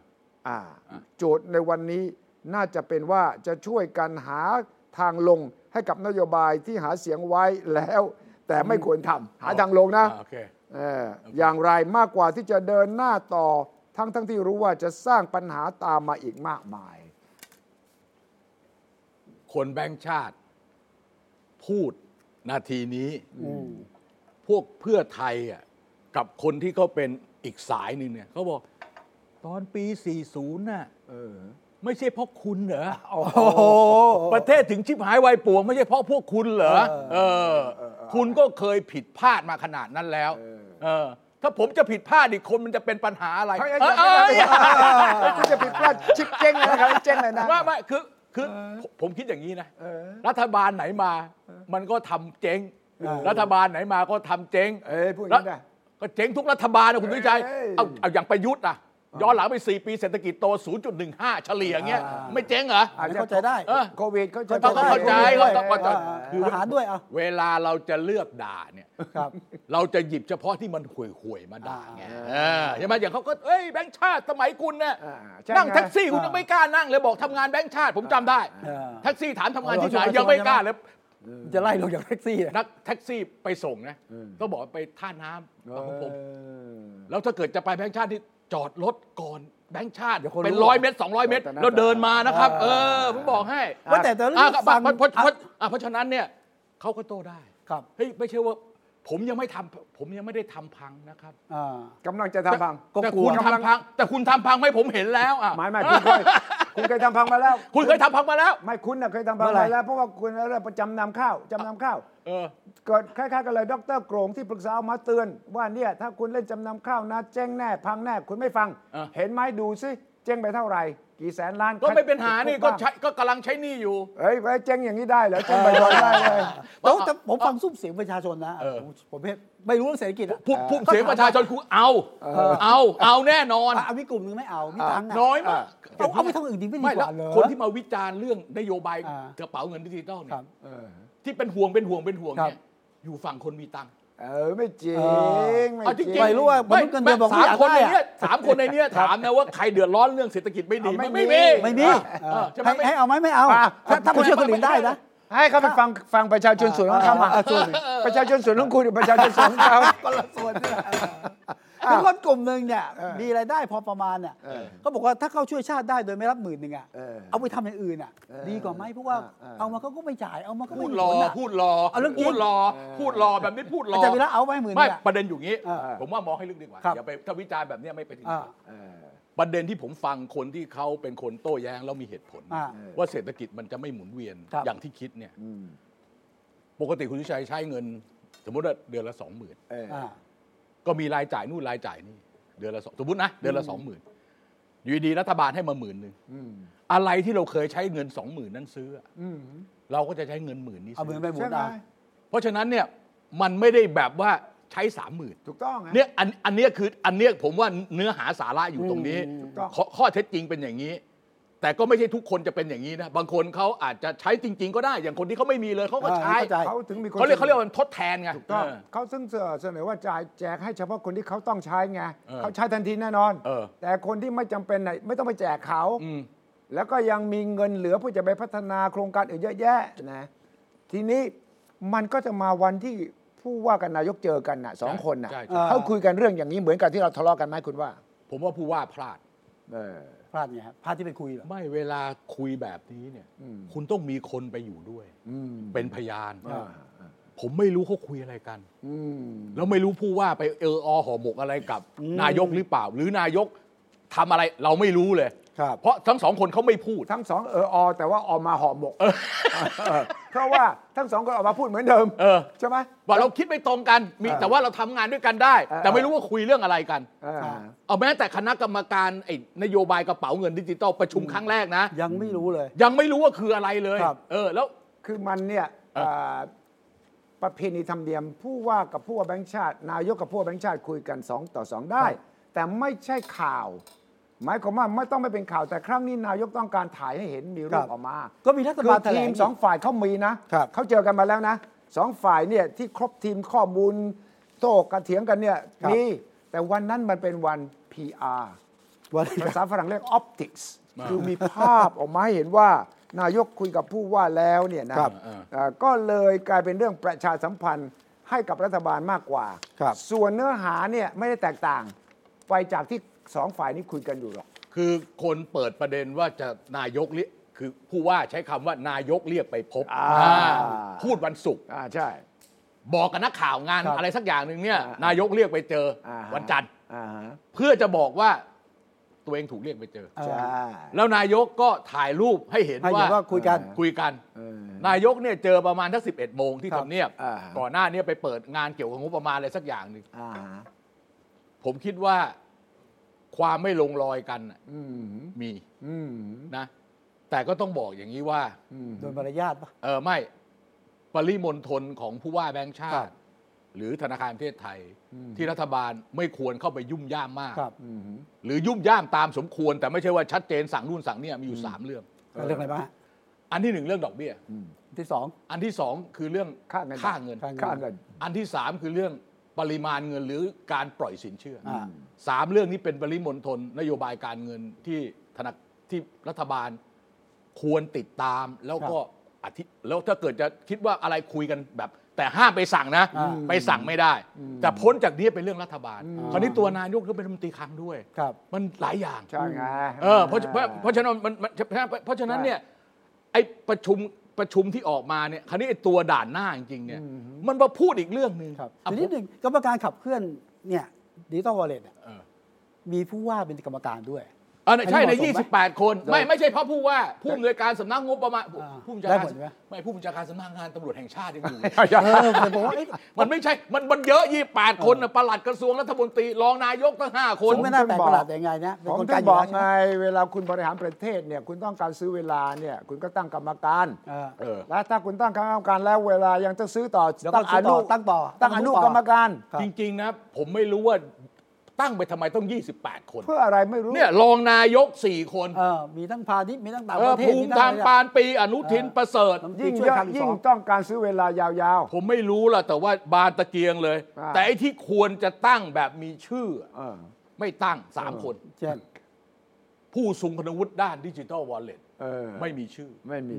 S2: อ่าโจทย์ในวันนี้น่าจะเป็นว่าจะช่วยกันหาทางลงให้กับนโยบายที่หาเสียงไว้แล้ว แต่ไม่ควรทำหาทางลงนะ
S3: โอเค
S2: เอออย่างไรมากกว่าที่จะเดินหน้าต่อทั้งทั้งที่รู้ว่าจะสร้างปัญหาตามมาอีกมากมาย
S3: คนแบงค์ชาติ พูดนาทีนี้พวกเพื่อไทยอ่ะกับคนที่เขาเป็นอีกสายหนึ่งเนี่ยเขาบอกตอนปี 40 น่ะไม่ใช่เพราะคุณเหรอ ประเทศถึงชิบหายวายป่วงไม่ใช่เพราะพวกคุณเหรอ เออ คุณก็เคยผิดพลาดมาขนาดนั้นแล้ว เออ ถ้าผมจะผิดพลาดอีกคนมันจะเป็นปัญหาอะไร
S2: เฮ้ย
S3: เอ้ย
S2: เฮ้
S3: เอ้
S2: ย
S3: ย
S2: เฮ้ย ที่จะผิดพลาดชิบเจ๊งเลยนะครับเจ๊งเลยนะ
S3: ไม่ไม่คือคือผมผมคิดอย่างนี้นะ รัฐบาลไหนมา มันก็ทำเจ๊ง รัฐบาลไหนมาก็ทำเจ๊ง
S2: เอ้ยพูดอย่างนี้
S3: แล้ว
S2: ได้
S3: ก็เจ๊งทุกรัฐบาลนะคุณวิชัย
S2: เอ้ย
S3: เอาเอาอย่างประยุทธ์อ่ะย้อนหลังไป 4 ปีเศรษฐกิจโต 0.15 เฉลี่ยอย่างเงี้ย
S1: อ่า
S3: ไม่เจ๊งเหรอ
S1: อาจจะเข้าใจได้
S3: เออ
S2: โควิดเขาจะ
S3: ต้องเข้าใจ
S1: ด้
S3: ต้องเข้าใจ
S1: อาอาหารด้วยเอา
S3: เวลาเราจะเลือกด่าเนี่ย
S1: ครับ
S3: เราจะหยิบเฉพาะที่มันห่วยๆมาด่าไง
S1: อ่า
S3: เออใช่ไหมอย่างเขาก็เอ้ยแบงค์ชาติสมัยคุณเนี่ย
S2: อ่าใช่
S3: นั่ง
S2: ไ
S3: แท็กซี่คุณยังไม่กล้านั่งเลยบอกทำงานแบงค์ชาติผมจำได้
S1: เออ
S3: แท็กซี่ถามทำงานที่ไห
S1: เอา
S3: น
S1: เอา
S3: ยังไม่กล้าเลย
S1: จะไล่ลงจากแท็กซี่เลย
S3: นักแท็กซี่ไปส่งนะก็บอกไปท่าน้ำบางประกง
S2: เออ
S3: แล้วถ้าเกิดจะไปแบงค์ชาติที่จอดรถก่อนแบงค์ชาติ
S1: เดี๋ยวคนรู้
S3: เป็นร้อยเมตร200 เมตร
S2: แต่นะ
S3: แล้วเดินมานะครับ
S1: อ่า
S3: เออผมบอกให้
S1: ว่าแต่แต่เรื่อง
S3: อ่ะ
S1: ฟัง
S3: เพราะเพราะเพราะอ่ะเพราะฉะนั้นเนี่ยเขาก็โต้ได้
S1: ครับ
S3: เฮ้ยไม่ใช่ว่าผมยังไม่ทำผมยังไม่ได้ทำพังนะครับ
S1: อ่า
S2: กำลังจะทำพัง
S1: ก็
S3: แต่
S1: กลัว
S3: คุณทำพัง แต่คุณทำพังไม่ผมเห็นแล้วอ่ะ
S2: หมายหมายคุณเคยคุณเคยทำพังมาแล้ว
S3: คุณเคยทำพังมาแล้ว
S2: ไม่คุณน่ะเคยทำพัง
S1: เมื่อไหร่
S2: มาแล้ว เพราะว่าคุณเริ่มประจำนำข้าวจำนำข้าว
S3: เออ
S2: เกิดคล้ายๆกันเลยดรโกรงที่ปรึกษาเอามาเตือน ว่าเนี่ยถ้าคุณเล่นจำนำข้าวนะเจ๊งแน่ พังแน่ คุณไม่ฟัง
S3: อ่ะ
S2: เห็นไหมดูซิเจ๊งไปเท่าไหร่ กี่แสนล้าน
S3: ก็ไม่เป็นหานี่
S2: คุกบ้าง
S3: ก็ใช้ก็กำลังใช้หนี่อยู่
S2: เอ้ยไว้เจ๊งอย่างนี้ได้เหรอเจ๊งบ่อยๆได้เลย
S1: แต่ว่าแต่ผมฟังซุ้มเสียงประชาชนนะ
S3: เออ
S1: ผมผมไม่ไม่รู้เรื่องเศรษฐกิจอะ
S3: พูดพูดเสียงประชาชนคุณเอา เอาเอาแน่นอน
S1: อ่ะเอามีกลุ่มหนึงไม่เอามีตังค์ะ
S3: น้อยมาก
S1: เอาเอาไปทำอื่นดีไม่ดี
S3: ไม่
S1: ก
S3: แล้ว
S1: ว่าเหรอ
S3: คนที่มาวิจารณ์เรื่องนโยบาย
S1: อ่าก
S3: ระเป๋าเงินดิจิตอลเนี่
S1: ครับ
S3: ยที่เป็นห่วงเป็นห่วงเป็นห่วง
S1: ครับ
S3: เนี่ยอยู่ฝั่งคนมีตังค์
S2: เออไม่จริ
S1: เออ
S2: งไม่
S3: เอาจริง
S2: จริง
S3: ๆ
S1: ไม่รู้ว่ามนุษย์เงินเดือนบอก
S3: สาม
S1: ไม่อยาก
S3: คนใน
S1: ได้อะ
S3: เนี้ยสามคนในเนี้ยถามนะว่าใครเดือดร้อนเรื่องเศรษฐกิจไม่ดี
S2: เอาไม่
S3: มันไม่
S2: มี
S3: มี
S1: ไม่มี
S3: เออใช่ไหม
S1: ให้ให้เอาไหมไม่เอา
S2: อ่ะ
S1: ถ้าถ้าผมเชื่อคนอื่นได้นะ
S2: ให้เขาไปฟังฟังประชาชนส่วนของเขามา
S1: เออเออเออ
S2: ประชาชนส่วนของคุณกับประชาชนส่วนของเขา
S1: คนละส่วนเนี่ยคือคนกลุ่มหนึ่งเนี่ยมีรายได้พอประมาณเนี่ยเขาบอกว่าถ้าเขาช่วยชาติได้โดยไม่รับหมื่นหนึ่งอ่ะ
S2: เออ
S1: เอาไปทำอย่างอื่นอ่ะ ดีกว่าไหมเพราะว่า
S2: เออ
S1: เอามาเขาก็ไม่จ่ายเอามาก็
S3: พู
S1: ไม่
S3: ด
S1: มี
S3: ร
S1: ผ
S3: อ
S1: ลอะ
S3: พูดรอ
S1: เอาเรื่องจริง
S3: พูดรอพูดรอแบบนี้พูดรอ
S1: อา
S3: อา
S1: จารย์วีระเอาไว้หมื่น
S3: ไม่
S1: เนี่ย
S3: ประเด็นอยู่งี้
S1: เออ
S3: ผมว่ามองให้ลึกดีกว่า
S1: ครับ
S3: อย่าไปถ้าวิจารณ์แบบเนี้ยไม่ไปถึง
S1: อ่า
S2: เออ
S3: ประเด็นที่ผมฟังคนที่เขาเป็นคนโต้แย้งแล้วมีเหตุผล
S1: อ่า
S3: ว่าเศรษฐกิจมันจะไม่หมุนเวียน
S1: ครับ
S3: อย่างที่คิดเนี่ย
S2: อืม
S3: ปกติคุณวิชัยใช้เงิน สมมติว่าเดือนละสองหมื่น
S2: เออ
S1: อ่า
S3: ก็มีรายจ่ายนู่นรายจ่ายนี่เดือนละสองสมมตินะเดือนละสองหมื่นอยู่ดีๆรัฐบาลให้มาหมื่นหนึ่ง
S2: อืม
S3: อะไรที่เราเคยใช้เงินสองหมื่นนั้นซื้ออะ
S2: อืม
S3: เราก็จะใช้เงินหมื่นนี้
S1: เอาหมื่
S3: ซื้
S1: น
S3: อ
S1: ไปหมุ
S2: ใช่
S1: น
S2: ไหม
S1: เอา
S3: เพราะฉะนั้นเนี่ยมันไม่ได้แบบว่าใช้สามหมื่น
S2: ถูกต้องฮะ
S3: เนี่ยอันอันเนี้ยคืออันเนี้ยผมว่าเนื้อหาสาระอยู่ตรงนี้
S2: ถูกต้อง
S3: ข้อข้อเท็จจริงเป็นอย่างนี้ แต่ก็ไม่ใช่ทุกคนจะเป็นอย่างนี้นะ บางคนเขาอาจจะใช้จริง ๆ ก็ได้ อย่างคนที่เขาไม่มีเลยเขาก็
S1: เออ
S3: ใช้
S1: เข้าใจ
S2: เขาถึงมีคน
S3: เขาเรียกเขาเรียกว่าทดแทนไง
S2: ถูกต้อง
S3: เออ
S2: เขาซึ่งเสนอว่าจ่ายแจกให้เฉพาะคนที่เขาต้องใช้ไง
S3: เออ
S2: เขาใช้ทันทีแน่นอน
S3: เออ
S2: แต่คนที่ไม่จำเป็นน่ะไม่ต้องไปแจกเขา
S3: อืม
S2: แล้วก็ยังมีเงินเหลือเพื่อจะไปพัฒนาโครงการอื่นเยอะแยะนะทีนี้มันก็จะมาวันที่ผู้ว่ากับนายกเจอกันน่ะสองคนน่ะ
S3: ใช่ใช่
S2: เขาคุยกันเรื่องอย่างนี้เหมือนกับที่เราทะเลาะกันไหมคุณว่า
S3: ผมว่าผู้ว่าพลาด
S2: เออ
S1: พลาดไงครับพลาดที่ไปคุยเหรอ
S3: ไม่เวลาคุยแบบนี้เนี่ย
S2: อืม
S3: คุณต้องมีคนไปอยู่ด้วย
S2: อืม
S3: เป็นพยาน
S2: อ่าอ่า
S3: ผมไม่รู้เขาคุยอะไรกัน
S2: อืม
S3: แล้วไม่รู้ผู้ว่าไปเอออห่อหมกอะไรกับนายกหรือเปล่า หรือนายกทำอะไรเราไม่รู้เลย
S2: ครับ
S3: เพราะทั้งสองคนเขาไม่พูด
S2: ทั้งสองเอออแต่ว่าออกมาห่อหมกเออเพราะว่าทั้งสองคนออกมาพูดเหมือนเดิม
S3: เออ
S2: ใช่ไหม
S3: ว่าเราคิดไม่ตรงกันมี
S2: เออ
S3: แต่ว่าเราทำงานด้วยกันได้
S2: เออ
S3: แต่ไม่รู้ว่าคุยเรื่องอะไรกัน
S2: อ่า
S3: เอาแม้แต่คณะกรรมการไอ้นโยบายกระเป๋าเงินดิจิตอลประชุมครั้งแรกนะ
S1: ยังไม่รู้เลย
S3: ยังไม่รู้ว่าคืออะไรเลย
S1: ครับ
S3: เออแล้ว
S2: คือมันเนี่ย
S3: เออ
S2: เอ่อประเพณีธรรมเนียม ผู้ว่ากับผู้ว่าแบงค์ชาติ นายกกับผู้ว่าแบงค์ชาติคุยกัน 2 ต่อ 2 ได้ แต่ไม่ใช่ข่าว หมายความว่าไม่ต้องไม่เป็นข่าวแต่ครั้งนี้นายกต้องการถ่ายให้เห็นมี
S1: ค
S2: รู
S1: รั
S2: ป
S1: บ
S2: ออกมา
S1: ก็มีรัฐ
S2: คื
S1: บา
S2: อ
S1: ลแถลง
S2: ทีม
S1: อีก
S2: สองฝ่ายเขามีนะครับ เขาเจอกันมาแล้วนะสองฝ่ายเนี่ยที่ครบทีมข้อมูลโต้กระเถียงกันเนี่ยมีแต่วันนั้นมันเป็นวัน PR
S1: วันนี้
S2: ภาษาฝรั่งเรียก optics คือมีภาพออกมาให้เห็นว่านายกคุยกับผู้ว่าแล้วเนี่ยนะครับ เอ่อเอ่อก็เลยกลายเป็นเรื่องประชาสัมพันธ์ให้กับรัฐบาลมากกว่า
S1: ครับ
S2: ส่วนเนื้อหาเนี่ยไม่ได้แตกต่าง ไปจากที่สองฝ่ายนี้คุยกันอยู่หรอก
S3: คือคนเปิดประเด็นว่าจะนายกเรียกคือผู้ว่าใช้คำว่านายกเรียกไปพบ
S2: อ่า
S3: อ่าพูดวันศุกร์
S2: อ่าใช่
S3: บอกกับนักข่าวงาน
S1: ครับ
S3: อะไรสักอย่างหนึ่งเนี่ย
S2: อ่าน
S3: ายกเรียกไปเจออา
S2: ฮะ
S3: วันจันทร์
S2: อ่าฮะ
S3: เพื่อจะบอกว่าตัวเองถูกเรียกไปเจอ
S1: เออ
S2: ใช่
S3: แล้วนายกก็ถ่ายรูปให้เห็น
S1: ให้
S3: ว่า
S1: เห็นว่าคุยกัน
S3: คุยกัน
S2: เออน
S3: ายกเนี่ยเจอประมาณทักสิบเอ็ดโมงที่
S1: ครับ
S3: ทำเนียบ
S2: อ่า
S3: ก่อนหน้าเนี้ไปเปิดงานเกี่ยวกับงบประมาณอะไรสักอย่างหนึ่ง
S2: อ่าฮะ
S3: ผมคิดว่าความไม่ลงรอยกันน่ะ
S2: อืม
S3: มี
S2: อืม
S3: นะ แต่ก็ต้องบอกอย่างนี้ว่า
S2: อืม
S1: โดยมารยาทปะ
S3: เออไม่ปริมณฑลของผู้ว่าแบงค์ชา
S1: ครับ
S3: ติ หรือธนาคารแห่งประเทศไทย ที่รัฐบาลไม่ควรเข้าไปยุ่มย่ามมาก
S1: ครับ
S2: อืม
S3: หรือยุ่มย่ามตามสมควร แต่ไม่ใช่ว่าชัดเจนสั่งนู่นสั่งเนี่ยมีอยู่สามเรื่อง
S1: เรื่องอะไรบ้างฮะ
S3: อันที่หนึ่งเรื่องดอกเบี้ย
S2: อืม
S1: ที่สอง
S3: อันที่สองคือเรื่อง
S2: ค่าเงิน
S3: ค่าเงิน
S2: ค่าเงิน
S3: อันที่สามคือเรื่องปริมาณเงินหรือการปล่อยสินเชื่ออา สามเรื่องนี้เป็นปริมณฑลนโยบายการเงินที่ธนาที่รัฐบาลควรติดตามแล้วก็อธิแล้วถ้าเกิดจะคิดว่าอะไรคุยกันแบบ แต่ห้ามไปสั่งนะ
S1: อืม
S3: ไปสั่งไม่ได้ แต่พ้นจากนี้เป็นเรื่องรัฐบาล คราวนี้ตัวนายกก็เป็นรัฐมนตรีคลังด้วย
S1: ครับ
S3: มันหลายอย่าง
S2: ใช่ไง
S3: เออเพราะเพราะเพราะฉะนั้นมันมันเพราะฉะนั้นเนี่ยไอ้ประชุมประชุมที่ออกมาเนี่ยคราวนี้ไอ้ตัวด่านหน้าจริงๆเนี่ยมันมาพูดอีกเรื่องหนึ่ง
S1: ครับ
S3: อ่ะ
S1: ทีนี้หนึ่งกรรมการขับเคลื่อนเนี่ยดิจิตอลวอลเล็ต
S3: เออ
S1: มีผู้ว่าเป็นกรรมการด้วย
S3: เออใช่
S1: อั
S3: ใน
S1: นนี้เหมาะสมไหม
S3: 28 คน ไม่ไม่ใช่เพราะผู้ว่าผู้อำนวยการสำนักงบประมาณ
S1: อ่า
S3: ผู้บัญชาการ
S1: ได้ผลไหม
S3: ไม่ผู้บัญชาการสำนักงานตำรวจแห่งชาติยังอยู่
S1: เออผมบอกว่าเอ๊ะ
S3: มันไม่ใช่มันมันเยอะ 28 คนนะปลัดกระทรวงรัฐมนตรีรองนายกตั้ง5คน
S1: ซึ่งไม่น่าแปลกประหลาดแต่ยังไงนะเป็น
S2: ผม
S1: คน
S2: ถึ
S1: กาง ร
S2: บอก
S1: ยู่แล้ว
S2: ไง
S1: ใช่ห
S2: เวลาคุณบริหารประเทศเนี่ยคุณต้องการซื้อเวลาเนี่ยคุณก็ตั้งกรรมการ
S1: เออ
S3: เออ
S2: แล้วถ้าคุณตั้งกรรมการแล้วเวลายังต้องซื้อต่อ
S1: เดี๋ยวก็ซื้อต่อตั้งต่อ
S2: ตั้งอนุกรรมการ
S1: ครับ
S3: จริง ๆ นะ ผมไม่รู้ว่า ตั้งไปทำไมต้อง 28 คน
S2: เพื่ออะไรไม่รู้
S3: เนี่ยรองนายก 4 คน
S1: เออมีทั้งพาณิชย์มีทั้งต่างป
S3: เออ
S1: ระเทศ
S3: ภูมิทางปานปีอนุทินประเสริฐ
S2: ยิ่
S1: ยิ่
S2: ง
S1: ง
S2: เย
S1: เย
S2: อะ
S1: อะ
S2: ยิ่
S1: ยิ่
S2: ง
S1: ง
S2: ต้องการซื้อเวลายาว
S3: ผมไม่รู้ล่ะแต่ว่าบานตะเกียงเลย
S2: อ่า
S3: แต่ไอ้ที่ควรจะตั้งแบบมีชื่ออะ
S2: ๆเออ
S3: ไม่ตั้งสามคน
S1: เช่น
S3: ผู้ทรงคุณวุฒิด้านดิจิทัลวอลเล็ต
S2: เออ
S3: ไม่มีชื่อ
S2: ไม่มี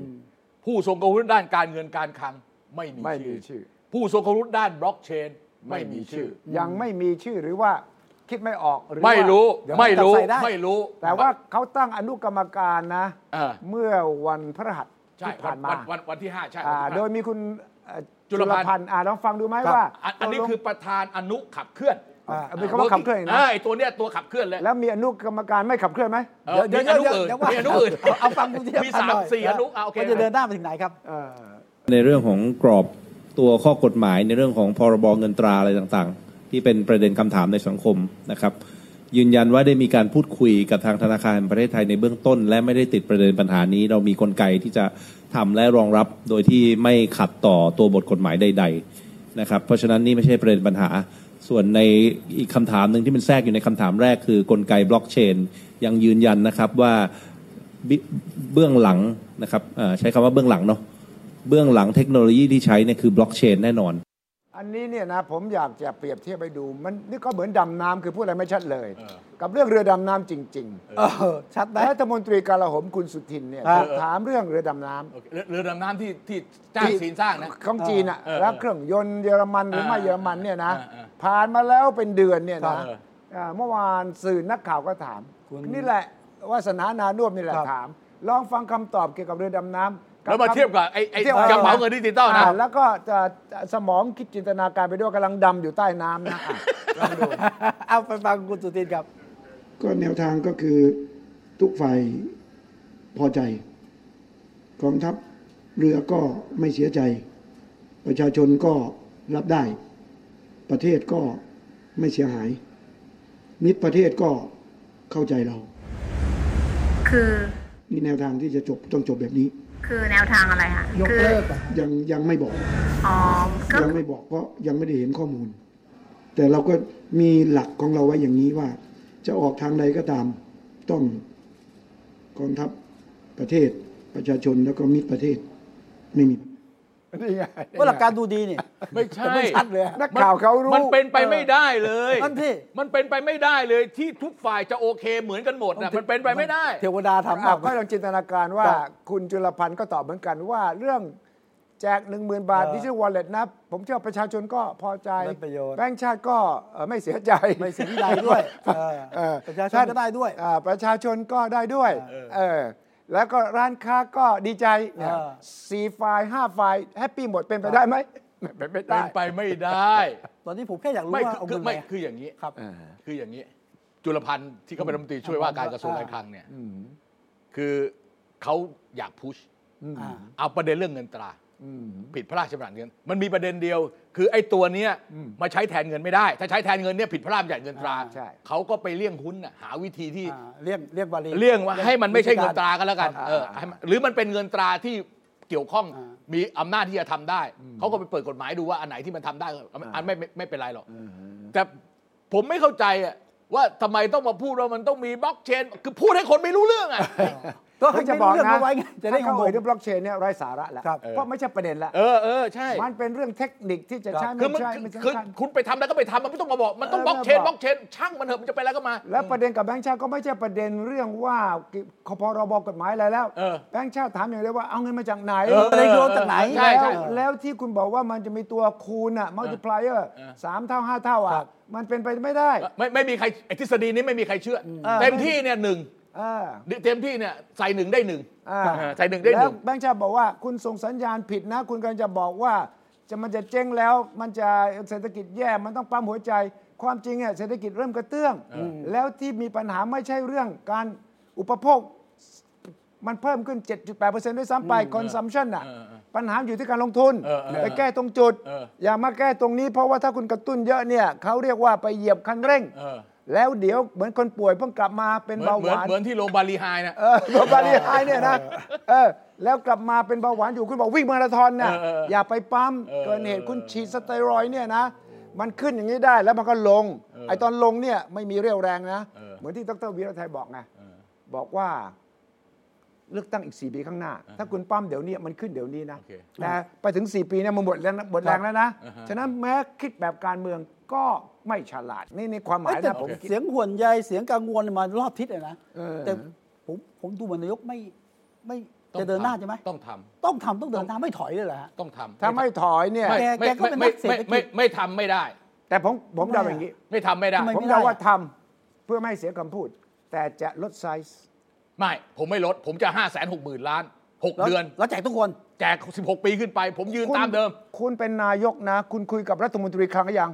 S3: ผู้ทรงคุณวุฒิด้านการเงินการคลังไม่มี
S2: ไม่
S3: ชื่
S2: มี
S3: อ
S2: ชื่อ
S3: ผู้ทรงคุณวุฒิด้านบล็อกเชนไม่มีชื่อ
S2: ยังไม่มีชื่อหรือว่าคิดไม่ออกหรือ
S3: ไม่
S2: ว่า
S3: รู้
S1: เดี๋ยวมัน
S3: ไม่รู้
S1: จับใส่ได้
S3: ไม่รู้
S2: แต่ว่าเขาตั้งอนุกรรมการนะ
S3: เออ
S2: เมื่อวันพฤหัส
S3: ใช่
S2: ที่
S3: วั
S2: ผ่าน นมา
S3: วันวันวันที่ห้าใช่
S2: อ่า
S3: วันที่ห้า
S2: โดยมีคุณเอ่อ
S3: จุลพันธ์
S2: ธ์อ่าลองฟังดูไหม
S1: ครับ
S2: ว่า
S3: อันอันนี้
S2: ตกลง
S3: คือประธานอนุขับเคลื่อน
S2: อ่ามีคำว่าขับเคลื่อนอีกนะ
S3: ไอตัวเนี้ยตัวขับเคลื่อนเลย
S2: แล้วมีอนุกรรมการไม่ขับเคลื่อนไหม
S3: เออมีอนุอื่น
S1: ว่า
S3: มีอนุอื่น
S1: เอาฟังคุณธีรพันธ์
S3: มีสา
S1: ห
S3: ม
S1: น่อย
S3: สี่อนุอ่ะโอเค
S1: ว่าจะเดินหน้าไปถึงไหนครับ
S2: เออ
S5: ในเรื่องของกรอบตัวข้อกฎหมายในเรื่องของพรบเงินตราอะไรต่างๆ ที่เป็นประเด็นคำถามในสังคมนะครับ ยืนยันว่าได้มีการพูดคุยกับทางธนาคารแห่งประเทศไทยในเบื้องต้น และไม่ได้ติดประเด็นปัญหานี้ เรามีกลไกที่จะทำและรองรับโดยที่ไม่ขัดต่อตัวบทกฎหมายใด ๆนะครับ เพราะฉะนั้นนี่ไม่ใช่ประเด็นปัญหา ส่วนในอีกคำถามหนึ่งที่มันแทรกอยู่ในคำถามแรกคือกลไกบล็อกเชนยังยืนยันนะครับว่าบิเบื้องหลังนะครับเอ่อใช้คำว่าเบื้องหลังเนาะ เบื้องหลังเทคโนโลยีที่ใช้เนี่ยคือบล็อกเชนแน่นอน
S2: อันนี้เนี่ยนะผมอยากจะเปรียบเทียบไปดู มันนี่ก็เหมือนดำน้ำคือพูดอะไรไม่ชัดเลย กับเรื่องเรือดำน้ำจริง
S1: เออ ชัดไหม
S2: ๆรัฐมนตรีกาลาโหมคุณสุทินเนี่ย
S1: เออ
S2: ถูกถามเรื่องเรือดำน้
S3: โอเคเรือเรือดำน้ำที่ที่จ้างซีนสร้างนะ
S2: ำของจีนอ่ะ
S3: เออเออ
S2: แล้วเครื่องยนต์เยอรมันหรือไม่
S3: เออ
S2: เยอรมันเนี่ยนะ
S3: เออเออ
S2: ผ่านมาแล้วเป็นเดือนเนี่ยนะ
S3: เออ
S2: อ่าเมื่อวานสื่อนักข่าวก็ถาม
S1: คุณ
S2: นี่แหละวาสนานานุ่มนี่แหละ
S1: ครับ
S2: ถาม ลองฟังคำตอบเกี่ยวกับเรือดำน้ำ
S3: แล้วมาเทียบกับไอ้ไอ้กระเป๋าเงินดิจิตอลนะ
S2: าแล้วก็จะจะสมองคิดจินตนาการไปด้วยกำลังดำอยู่ใต้น้ำนะอ่ะลองดู
S1: เอาไปฟังคุณสุทินครับ
S6: ก็แนวทางก็คือทุกฝ่ายพอใจกองทัพเรือก็ไม่เสียใจ ประชาชนก็รับได้ ประเทศก็ไม่เสียหาย มิตรประเทศก็เข้าใจเรา
S7: คือ
S6: นี่แนวทางที่จะจบต้องจบแบบนี้
S7: คือแนวทางอะไรคะยกเลิก
S6: ยังยังไม่บอก
S7: อ๋อก็
S6: ยังไม่บอกเพราะยังไม่ได้เห็นข้อมูล แต่เราก็มีหลักของเราไว้อย่างนี้ว่า จะออกทางใดก็ตามต้องกองทัพประเทศประชาชนแล้วก็มิตรประเทศไม่มี
S2: นี่ไง
S1: ว่าหลักการดูดีนี่
S3: ไม่ใช่
S1: ไม่ชัดเลย
S2: นักข่าวเขารู้
S3: มันเป็นไปไม่ได้เลย
S1: นั่นสิ
S3: มันเป็นไปไม่ได้เลยที่ทุกฝ่ายจะโอเคเหมือนกันหมดนะมันเป็นไปไม่ได้
S1: เทวดาทำ
S2: อ่ะ
S1: เอา
S2: ก็ลองจินตนาการว่า
S1: ครับ
S2: คุณจุลพันธ์ก็ตอบเหมือนกันว่า เรื่องแจกหนึ่งหมื่นบาท
S1: เออ
S2: ดิจิทัลวอลเล็ตนะ ผมเชื่อประชาชนก็พอใจ
S1: ได้ประโยชน์
S2: แบงค์ชาติก็เอ่อไม่เสียใจ
S1: ไม่เสียใจด้วยเออ
S2: เออ
S1: ประชาชน
S2: ท่
S1: ก็ได้ด้วย
S2: อ่าประชาชนก็ได้ด้วยเออแล้วก็ร้านค้าก็ดีใจเนี่ย
S1: เออ
S2: สี่ฝ่ายห้าฝ่ายแฮปปี้หมดเป็นไปได้ไหมเป็นไปไม่
S3: เป็
S2: ได้
S3: นไปไม่ได้
S1: ตอนนี้ผมแค่อยากรู้
S3: ไม่
S1: ว่า
S3: คือ
S1: เอา
S3: คื
S1: เงิ
S3: อน ไม่
S1: มา
S3: คืออย่างนี้
S1: ครับ
S3: คืออย่างนี้ จุลพันธ์ที่เขาเป็นรัฐมนตรีช่วยว่าการกระทรวงการคลังเนี่ยคือเขาอยากพุช
S1: อ่า
S3: เอาประเด็นเรื่องเงินตราผิดพระราชบัญญัติเงิน มันมีประเด็นเดียว คือไอ้ตัวเนี้ยมาใช้แทนเงินไม่ได้ ถ้าใช้แทนเงินเนี่ยผิดพระราชบัญญัติเงินตรา
S2: อ่าใช่
S3: เขาก็ไปเลี่ยงหุ้นน่ะหาวิธีที่
S1: อ่าเรียกเรียกวารี
S3: เรื่องว่าให้มันไม่ใช่เงินต
S1: วิธีก
S3: รากันแล้วกันเออให้มันหรือมันเป็นเงินตราที่เกี่ยวข้อง
S1: อ่า
S3: มีอำนาจที่จะทำได้ เขาก็ไปเปิดกฎหมายดูว่าอันไหนที่มันทำได้อันอันไม่ไม่ไม่เป็นไรหรอกแต่ผมไม่เข้าใจอะว่าทำไมต้องมาพูดว่ามันต้องมีบล็อกเชน คือพูดให้คนไม่รู้เรื่องอ่ะ
S1: ็ให้จะ
S2: จะ
S1: บบ อ
S2: อก ก
S1: นะ
S2: นะ
S1: ไว้ไงจะได้
S2: ถ้า
S1: ขอ
S2: เขา
S1: งผม
S2: เอ่ยเรื่องบล็อกเชนเนี่ยไร้สาระแล้ว
S1: ครับ
S2: เพราะไม่ใช่ประเด็นแล้ว
S3: เออเออใช่
S2: มันเป็นเรื่องเทคนิคที่จะใช้
S3: คื
S2: ไม่
S3: อมัน
S2: ใช่ไม่ใช่
S3: คือ
S2: กัน
S3: คุณไปทำแล้วก็ไปทำมันไม่ต้องมาบอกมันต้อง
S2: เออบ
S3: ล็อกเชน
S2: ไม่
S3: บบ
S2: อ
S3: ล็อก กเชนช่างมันเถอะมันจะไปแล้วก็มา
S2: และประเด็นกับแบงค์ชาติก็ไม่ใช่ประเด็นเรื่องว่าเขาพรบกฎหมายอะไรแล้ว
S3: เออ
S2: แบงค์ชาติถามอย่างเดียวว่าเอาเงินมาจากไหน
S3: เออ
S1: เออได้โยนจากไหน
S3: ใช่ใช่
S2: แล้วแล้วที่คุณบอกว่ามันจะมีตัวคูณอะ multiplier สามเท่าห้าเท่า
S1: ครั
S2: อ่ะ
S1: บ
S2: มันเป็นไปไม่ได้
S3: ไม่ไม่มีใครไอ้ทฤษฎีนี้ไม่มีใครเชื่ออเต็มที่เนี่ยหนึ่ง
S2: เออ
S3: เต็มที่เนี่ยใส่หนึ่งได้หนึ่ง
S2: อ่า
S3: ใส่หนึ่งได้ห
S2: แล้ว
S3: นึ่ง
S2: แบงค์ชาติบอกว่าคุณส่งสัญญาณผิดนะ คุณกำลังจะบอกว่า จะมันจะเจ๊งแล้วมันจะเศรษฐกิจแย่มันต้องปั๊มหัวใจ ความจริงอ่ะเศรษฐกิจเริ่มกระเตื้อง แล้วที่มีปัญหาไม่ใช่เรื่องการอุปโภค มันเพิ่มขึ้น 7.8%ด้วยซ้ำไป consumption น่ะ
S3: เออเออ
S2: ปัญหาอยู่ที่การลงทุน
S3: เออเออ
S2: ไปแก้ตรงจุด
S3: เออ
S2: อย่ามาแก้ตรงนี้เพราะว่าถ้าคุณกระตุ้นเยอะเนี่ยเขาเรียกว่าไปเหยียบคันเร่ง
S3: เออ
S2: แล้วเดี๋ยวเหมือนคนป่วยเพิ่งกลับมาเป็น
S3: เหมือน
S2: เบา
S3: เห
S2: ห
S3: มือน
S2: วาน
S3: เหมือนที่โรงพยาบาลลีไฮนะ
S2: เออเบาหวานไฮเนี่ยนะเออแล้วกลับมาเป็นเบาหวานอยู่คุณบอกวิ่งมาราธอนน่ะ
S3: เออเออเออ
S2: อย่าไปปั๊ม
S3: เออ
S2: เกินเหตุคุณฉีดสเตียรอยด์เนี่ยนะ มันขึ้นอย่างนี้ได้แล้วมันก็ลง
S3: เออ
S2: ไอ้ตอนลงเนี่ยไม่มีเรี่ยวแรงนะ
S3: เออ
S2: เหมือนที่ดรวีระไทยบอกไง
S3: เออ
S2: บอกว่าเลือกตั้งอีก 4 ปีข้างหน้า
S3: อ่าฮะ
S2: ถ้าคุณปั้มเดี๋ยวนี้มันขึ้นเดี๋ยวนี้นะ
S3: โอเค
S2: แต่ไปถึง 4 ปีเนี่ยมันหมดแล้วนะหมดแรงแล้วนะ
S3: อ่าฮะ
S2: ฉะนั้นแม้คิดแบบการเมืองก็ไม่ฉลาด นี่ในความหมาย
S1: แต่
S2: นะผมคิด
S1: เสียงห่วนใยเสียงกังวลมารอบทิศเลยนะ
S2: เออ
S1: แต่ผมผมดูเหมือนนายกไม่ไม่
S3: ต้อง
S1: จะเดินหน้าใช่ไหม
S3: ต้องทำ
S1: ต้องทำต้องเดินหน้าไม่ถอยเลยเหรอฮะ
S3: ต้องทำ
S2: ถ้าไม่ถอยเนี่ย
S3: ไม่
S1: แก
S3: ไม่
S1: แกก็เป็นนั
S3: ไม่
S1: กเศรษฐกิจ
S3: ไม่ไม่ไม่ทำไม่ได้
S2: แต่ผมผมเดา
S1: ทำไม
S2: อย่างนี้
S3: ไม่ทำไม่ได้
S1: ทำไม
S2: ผมเดาว่าทำเพื่อไม่ให้เสียคำพูด แต่จะลดไซส์
S3: ไม่ ผมไม่ลด ผมจะ 5 6 0 0 0 0 ล้าน 6
S1: แล้ว
S3: เดือน
S1: แล้วแจกทุกคน
S3: แจก 16 ปีขึ้นไป ผมยืน
S2: คุณ
S3: ตามเดิม
S2: คุณเป็นนายกนะ คุณคุยกับรัฐมนตรีคลังหรือยัง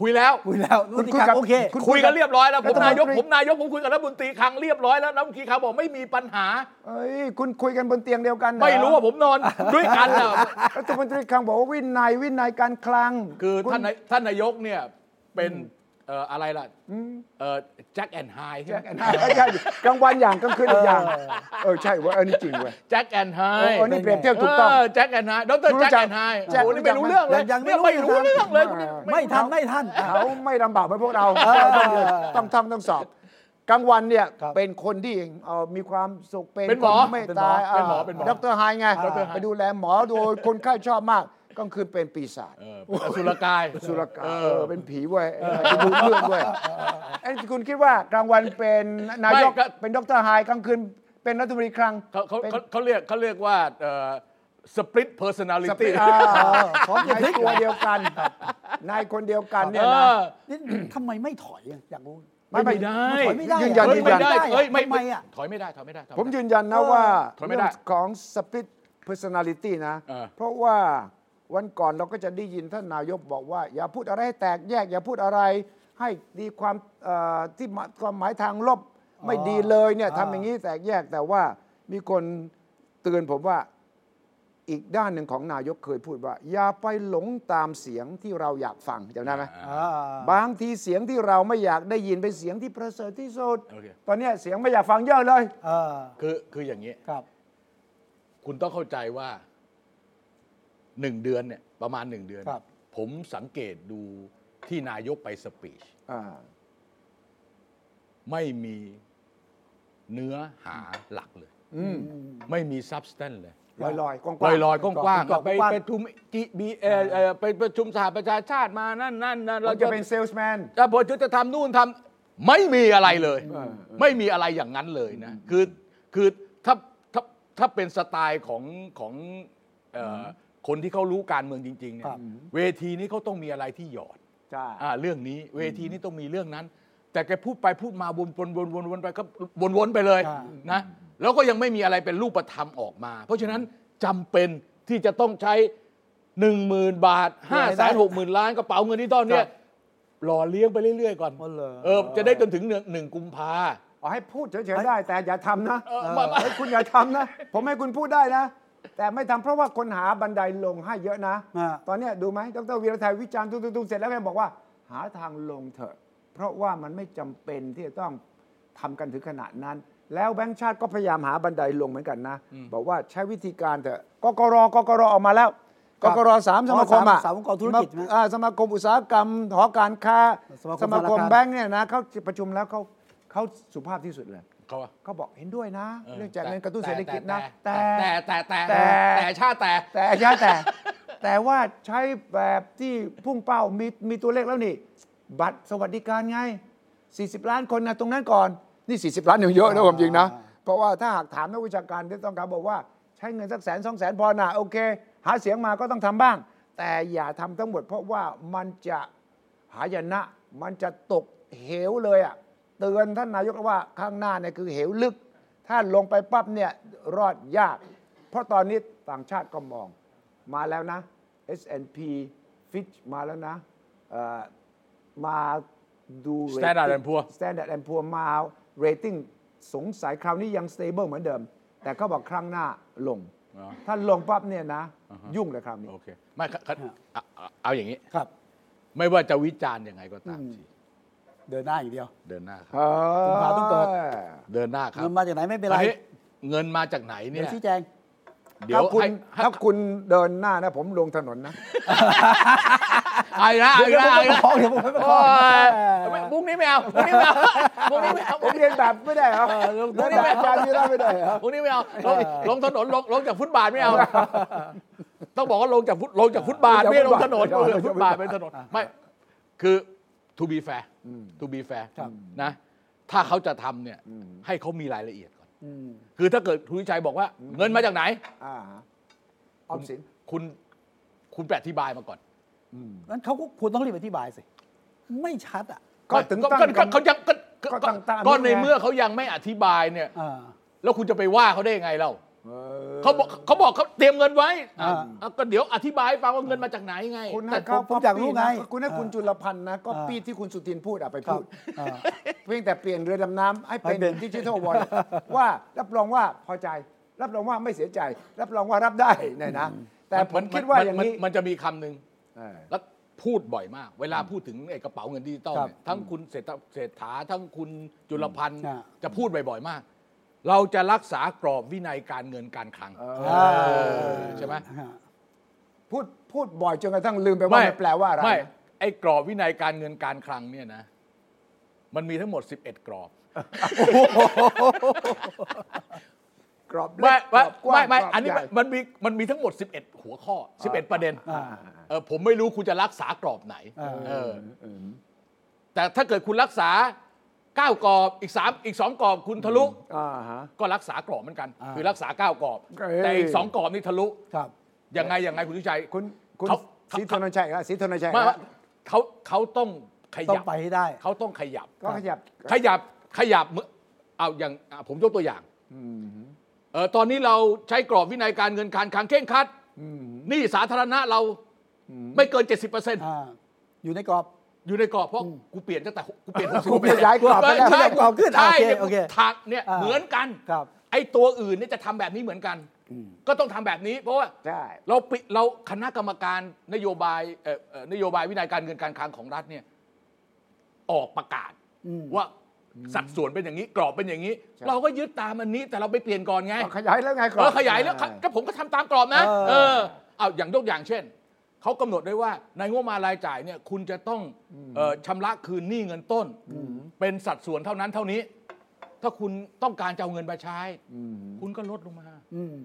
S3: คุยแล้ว
S1: คุยแล้ว
S2: คุณ
S1: รู้
S2: คุย
S1: จัก
S2: กับ
S1: โอเค
S2: คุณ
S3: คุยกันเรียบร้อยแล้ว ผม
S2: รัฐมนตรี
S3: นายก ผมนายก ผมคุยกับรัฐมนตรีคลังเรียบร้อยแล้วรัฐมนตรีคลังบอกไม่มีปัญหา
S2: เอ้ยคุณคุยกันบนเตียงเดียวกันเหอ
S3: ไม่รู้ว่าผมน อนด้วยกันน่ะ
S2: รัฐมนตรีคลังบอกว่าวินัยวินัยการคลัง
S3: คือ
S2: ณ
S3: ท่านนายท่านนายกเนี่ยเป็นเอ่ออะไรล่ะแจ็คแอนไฮใช่ไหม
S2: ใช่กลางวันอย่างกลางคืนอีกอย่าง เออใช่เว้ยเออนี่จริงเว้ย
S3: แจ็คแอนไฮ
S2: เออเออนี่เปรียบเทียบถูกต้อง
S3: แจ็คแอนไฮดร
S2: รู้
S3: แจ็ค
S2: จัก
S3: แอนไฮ
S2: แจ็
S3: โอ้
S2: ค
S3: โหนี่ไม่รู้
S2: รู้
S3: เรื่องเลย
S2: จัก
S3: เนี่ยไม่รู้เรื่องเลย
S1: ไม่ทันไม่ทัน
S2: เขาไม่ลำบากเหมือนพวกเราเราต้องเรียนต้องท่องต้องสอบกลางวันเนี่ย
S1: ครับ
S2: เป็นคนที่เอ่อมีความสุขเป็น
S3: เป็นหมอ
S2: คนไม่ตาย
S3: เป็นหมอเป็นหมอ
S2: ดรไฮไง
S1: ดรไฮ
S2: ไปดูแลหมอโดยคนไข้ชอบมากกลางคืนเป็นปีศาจ
S3: เออเป็นอสุรกาย
S2: สุรกาย
S3: เอ
S2: เอ
S3: อ
S2: อเป็นผีเว้ยไปดูเรื่องเว้ยไอ้คุณคิดว่ากลางวันเป็นนายก
S3: ไม่ก็
S2: เป็นดรไฮกลางคืนเป็นรัฐมนตรีคลัง
S3: เขาเขา
S2: เป็น
S3: เขาเขาเรียกเขาเรียกว่าสปริตเพอร์ซัน a ลิ
S2: ส
S3: ตี้
S2: เปอ่าของนายตัวเดียวกันนายคนเดียวกันเนี่ยนะ
S1: นี่ทำไมไม่ถอยอะอยากรู้
S2: ไม่ไม่
S1: ถอยไม่ได้
S2: ยืนยัน
S3: เฮ้ย
S2: ยืน
S3: ไม่
S2: ยัน
S3: ได้เฮ้ยไม่
S1: ทำไมอะ
S3: ถอยไม่ได้ถอยไม่ได้ถอยไได้
S2: ผมยืนยันนะว่า
S3: ถอยไม่
S2: เรื่อ
S3: ได้
S2: งของ split personality นะ
S3: เออ
S2: เพราะว่าวันก่อนเราก็จะได้ยินท่านนายกบอกว่า อย่าพูดอะไรให้แตกแยก อย่าพูดอะไรให้ดีความเอ่อที่หมายความหมายทางลบไม่ดีเลยเนี่ยทำอย่างนี้แตกแยกแต่ว่ามีคนเตือนผมว่าอีกด้านหนึ่งของนายกเคยพูดว่า อย่าไปหลงตามเสียงที่เราอยากฟังจำได้ไหม
S1: อ่า
S2: บางทีเสียงที่เราไม่อยากได้ยินเป็นเสียงที่ประเสริฐที่สุด
S3: โอเค
S2: ตอนเนี้ยเสียงไม่อยากฟังเยอะเลย
S1: เออ
S3: คือคืออย่างนี้
S1: ครับ
S3: คุณต้องเข้าใจว่าหนึ่งเดือนเนี่ยประมาณหนึ่งเดือน
S1: ครับ
S3: ผมสังเกตดูที่นายกไปสปีช ไม่มีเนื้อหาหลักเลย
S2: อืม
S3: ไม่มี substance เลย
S2: ลอยลอยๆกว้าง
S3: ลอยลอยๆก
S2: ๆ
S3: ว้างๆ
S1: กว้างๆ
S3: ไป
S1: กว้างๆ
S3: ไปประชุมจีบีเออเอ่อไปประชุมสหประชาชาติมานั่นนั่นนั่น
S2: เรา
S3: เรา
S2: จะ
S3: จะ
S2: เป็นเซลส์แมน
S3: จะพอจะทำนู่นทำไม่มีอะไรเลย
S2: เออ
S3: ไม่มีอะไรอย่างนั้นเลยนะคือคือถ้าถ้าถ้าเป็นสไตล์ของของเอ่ออคนที่เขารู้การเมืองจริงๆเนี่
S1: ครั
S3: ย
S1: บ
S3: เวทีนี้เขาต้องมีอะไรที่หยอด
S2: จ้า
S3: อ่าเรื่องนี้เวทีนี้ต้องมีเรื่องนั้น แต่แกพูดไปพูดมาวนวนวนวนวนไปก็วนวนไปเลย
S1: อ่า
S3: นะแล้วก็ยังไม่มีอะไรเป็นรูปธรรมออกมา เพราะฉะนั้นจำเป็นที่จะต้องใช้ 1 0,000 บาท5้าแสนหกหมื่นล้านกระเป๋าเงินที่ตอนเนี้ยหล่อเลี้ยงไปเรื่อยๆก่อน
S1: อ๋อเหรอ
S3: เออจะได้จนถึงหนึ่งหนึ่งกุมภา
S2: เอาให้พูดเฉยๆได้ แต่อย่าทำนะ
S3: เออมามา
S2: เฮ้ยคุณอย่าทำนะ ผมให้คุณพูดได้นะ แต่ไม่ทำเพราะว่าคนหาบันไดลงให้เยอะนะ
S1: อ่า
S2: ตอนเนี้ยดูไหมดรวีระไทยวิจารณ์ตุ้งๆเสร็จแล้วแกบอกว่า หาทางลงเถอะ เพราะว่ามันไม่จำเป็นที่จะต้องทำกันถึงขนาดนั้น แล้วแบงค์ชาติก็พยายามหาบันไดลงเหมือนกันนะ บอกว่าใช้วิธีการเถอะกกรกกรออกมาแล้วกกรสามสมาคมอะ
S1: สามองค์กรธุรกิจนะ
S2: อ่าสมาคมอุตสาหกรรมหอการค้า
S1: สมาคม
S2: สมาค
S1: ธนา
S2: ม
S1: คาร
S2: แบงค์เนี่ยนะเขาประชุมแล้วเขาเขาสุภาพที่สุดเลย
S3: เขาว่า
S2: เขาบอกเห็นด้วยนะ
S3: ออ
S2: เรื่องแจกเงินกระตุ้นเศรษฐกิจนะ
S3: แต่แต่แต่
S2: แต่
S3: แต่แต่แต่ชาติแต่
S2: แต่แต่ใช่แต่ แต่ว่าใช้แบบที่พุ่งเป้ามีมีตัวเลขแล้วนี่ บัตรสวัสดิการไง 40 ล้านคนนะตรงนั้นก่อน นี่ 40 ล้านยังเยอะนะความจริงนะ เพราะว่าถ้าหากถามนักวิชาการที่ต้องการบอกว่าใช้เงินสักแสนสองแสนพอนะโอเค หาเสียงมาก็ต้องทำบ้าง แต่อย่าทำทั้งหมด เพราะว่ามันจะหายนะ มันจะตกเหวเลยอ่ะเตือนท่านนายกว่าข้างหน้าเนี่ยคือเหวลึก ถ้าลงไปปั๊บเนี่ยรอดยาก เพราะตอนนี้ต่างชาติก็มองมาแล้วนะ S&P Fitch มาแล้วนะเอ่อมาดู
S3: สแตนดาร์ดแอนพัว
S2: Standard and Poor มาเรตติ้งสงสัยคราวนี้ยัง stable เหมือนเดิม แต่เขาบอกครั้งหน้าลง
S3: อ๋อ
S2: ถ้าลงปั๊บเนี่ยนะ ยุ่งเลยคราวนี้
S3: โอเคไม่ครับครับเอาเอาเอาอย่างนี้
S1: ครับ
S3: ไม่ว่าจะวิจารณ์ยังไงก็ตามที
S1: เดินหน้าอย่างเดียว
S3: เดินหน้าครับ
S2: เออ
S1: กุมภาต้องเกิด
S3: เดินหน้าครับ
S1: เงินมาจากไหนไม่เป็นไร
S3: อัเงินมาจากไหนเนี่
S1: เดี๋ยวย ชี้แจง
S3: เดี๋ย
S2: ถ้าว คุณ
S3: ให้ให้
S2: ถ้าคุณเดินหน้านะ ผมลงถนนนะ
S3: เอาอีกและเอา
S1: เดี๋
S3: อี
S1: ย
S3: ก
S1: วผมไปประคอง
S3: และเอาอีกและ
S1: เดี๋ยวผมไปประคอง
S3: ไม่พรุ่งนี้ไม่เอาพรุ่งนี้ไม่เอาพรุ่งนี้ไม่เอา
S2: ผมเรียนแบบไม่ได้เหรอเรียนแบบอาจารย์ที่ได้ไม่ได้เหรอ
S3: พรุ่งนี้ไม่เอาลงลงถนนลงลงจากฟุตบาทไม่เอา ต้องบอกว่าลงจากฟุตลงจากฟุตบาท
S2: ลงจาก
S3: ไม่ใช่ลง
S2: ฟุต
S3: ถน
S2: บาท
S3: นลงจา
S2: ล
S3: ก
S2: งจาก
S3: ฟุตบาท
S2: ฟุตบาท
S3: เป็นถนนไม่คือ to be fair to be fair นะ ถ้าเขาจะทำเนี่ย ให้เขามีรายละเอียดก่อน
S2: อืม
S3: คือถ้าเกิดทุนชัยบอกว่า เงินมาจากไหน
S2: อ่าออมสิน
S3: คุณคุณแปลอธิบายมาก่อน
S1: นั้นเขาก็ควรต้องรีบอธิบายสิ ไม่ชัดอ่ะ
S2: ก็ถึงตั้ง
S3: ก็เขายังก็ก็
S2: ก็ตั้งตาม
S3: ก็
S2: นี้
S3: ใน
S2: ไง
S3: เมื่อเขายังไม่อธิบายเนี่ย
S1: อ่า
S3: แล้วคุณจะไปว่าเขาได้ยังไงเล่า
S2: เออ
S3: เขาบอกเขาบอกเขาเตรียมเงินไว้
S1: อ่า
S3: อ่ะก็เดี๋ยวอธิบายให้ฟังว่าเงินมาจากไหนไง
S2: คุณ
S3: แต่
S2: ให้เขา
S1: ผมผมอยากรู้ไง
S2: นะคุณให้คุณจุลพันธ์นะก็ปี้ที่คุณสุทินพูดอ่ะไปพูด
S1: ครับอ่า
S2: เพียงแต่เปลี่ยนเรือดำน้ำให้
S1: ให้เป็
S2: เป็น นดิจิทัลวอลว่ารับรองว่าพอใจ รับรองว่าไม่เสียใจ รับรองว่ารับได้เนี่ยนะ แต่ผมคิดว่าอย่าง
S3: นี้
S2: นี้
S3: มันจะมีคำหนึ่ง
S2: เออ
S3: แล้วพูดบ่อยมาก เวลาพูดถึงไอ้กระเป๋าเงินดิจิตอลเนี่ยทั้งคุณเศรษฐเศรษฐาทั้งคุณจุลพันธ์
S1: อ่า
S3: จะพูดบ่อยๆมาก เราจะรักษากรอบวินัยการเงินการคลังใช่ไหม
S2: พูดพูดบ่อยจนกระทั่งลืมไปว่ามันแปลว่าอะไร
S3: ม่ไอ้กรอบวินัยการเงินการคลังเนี่ยนะ มันมีทั้งหมด 11 กรอบ
S2: กรอบเล็
S3: ไม่
S2: กกร
S3: ไม่
S2: อบกว้าง
S3: ไม่ไม่
S2: กรอบ
S3: อันนี้
S2: ใหญ่
S3: มันมีมันมีทั้งหมด 11 หัวข้อ 11 ประเด็นเออผมไม่รู้คุณจะรักษากรอบไหนเออแต่ถ้าเกิดคุณรักษา 9 กรอบอีก 3 อีก 2 กรอบคุณทะลุ
S2: อ่าฮะ
S3: ก็รักษากรอบเหมือนกัน คือรักษา 9 กรอบ
S2: เอ้ย
S3: แต่อีก 2 กรอบนี่ทะลุ
S1: ครับ
S3: ยังไงยังไงคุณทุชัย
S2: คุณคุณ
S3: เขา
S2: สีธนชัยอีกแล้วสีธนชัยอีก
S3: ไม่
S2: แล้ว
S3: เขาเขาต้องข
S1: ต้อ
S3: ยั
S1: ง
S3: บ
S1: ไปให้ได้
S3: เขาต้องขยับ
S2: ก็ขยับ
S3: ขยับขยับเมื่อเอาอย่างอ่ะผมยกตัวอย่างเออตอนนี้เราใช้กรอบวินัยการเงินการคลังเคร่งครัดหนี่สาธารณะเราไม่เกิน 70%อ
S1: อ่า อยู่ในกรอบ
S3: ยู่ในกรอบเพราะกูเปลี่ยนตั้งแต่หกกูเป ลี่ยน
S1: กูเปลี่ยนย้ายกรอบไปแล้ว
S3: ใช่
S1: ย้ายกรอบขึ้น
S3: ใช่
S1: โอเค
S3: เนี่ย
S1: โอเค
S3: ทางเนี่ย
S1: อ่า
S3: เหมือนกัน
S1: ครับ
S3: ไอ้ตัวอื่นเนี่ยจะทำแบบนี้เหมือนกัน ก็ต้องทำแบบนี้เพราะว่า
S2: ใช่
S3: เราปิเราคณะกรรมการนโยบายเอ่อเอ่อนโยบายวินัยการเงินการคลังของรัฐเนี่ยออกประกาศว่าสัดส่วนเป็นอย่างนี้กรอบเป็นอย่างนี้ เราก็ยึดตามอันนี้แต่เราไปเปลี่ยนก่อนไง
S2: ขยายแล้วไงกรอบ
S3: เออขยายแล้วก็ผมก็ทำตามกรอบนะ
S1: เออ
S3: เออเอาอย่างยกอย่างเช่น เขากำหนดไว้ว่าในงบประมาณรายจ่ายเนี่ยคุณจะต้องเอ่อชำระคืนหนี้เงินต้น เป็นสัดส่วนเท่านั้นเท่านี้ ถ้าคุณต้องการจะเอาเงินมาใช้คุณก็ลดลงมา
S1: อืม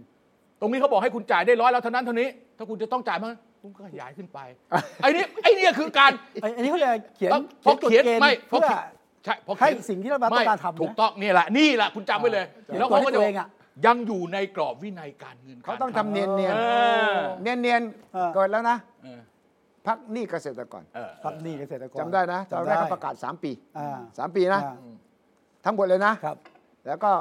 S3: ตรงนี้เขาบอกให้คุณจ่ายได้ร้อยแล้วเท่านั้นเท่านี้ ถ้าคุณจะต้องจ่ายมันคุณก็ขยายขึ้นไป ไอ้นี่ไอ้เนี่ยคือการ
S1: ไอ้อันนี้เขาเรียกเขียน
S3: พอเขียน
S1: กฎกณฑ์
S3: ไม่พอ
S1: เพื่อ
S3: เขียนใช่พอเขียน
S1: ให้สิ่งที่รัฐบาลต้องการทำนะ
S3: ไม่ถูกต้องนี่แหละนี่แหละคุณจำไว้เลย
S1: เขียน
S3: แล้วเขาก็
S1: ตั
S3: จะ
S1: วเองอะ
S3: ยังอยู่ในกรอบวินัยการเงิน
S2: เขา
S3: กร
S2: ต้อง
S3: คลั
S2: ทำเนียนเนียน
S3: เออ
S2: เนียนเนียนๆ
S1: เออ
S2: เกิดแล้วนะ
S3: เออ
S2: พักหนี้เกษตรกร
S3: เออ
S1: ครับนี่เกษตรกร
S2: จำได้นะตอนแรกเขาประกาศ 3 ปี
S1: อ่า
S2: สามปีนะ
S1: อ่า
S2: ทั้งหมดเลยนะ
S1: ครับ
S2: แล้วก็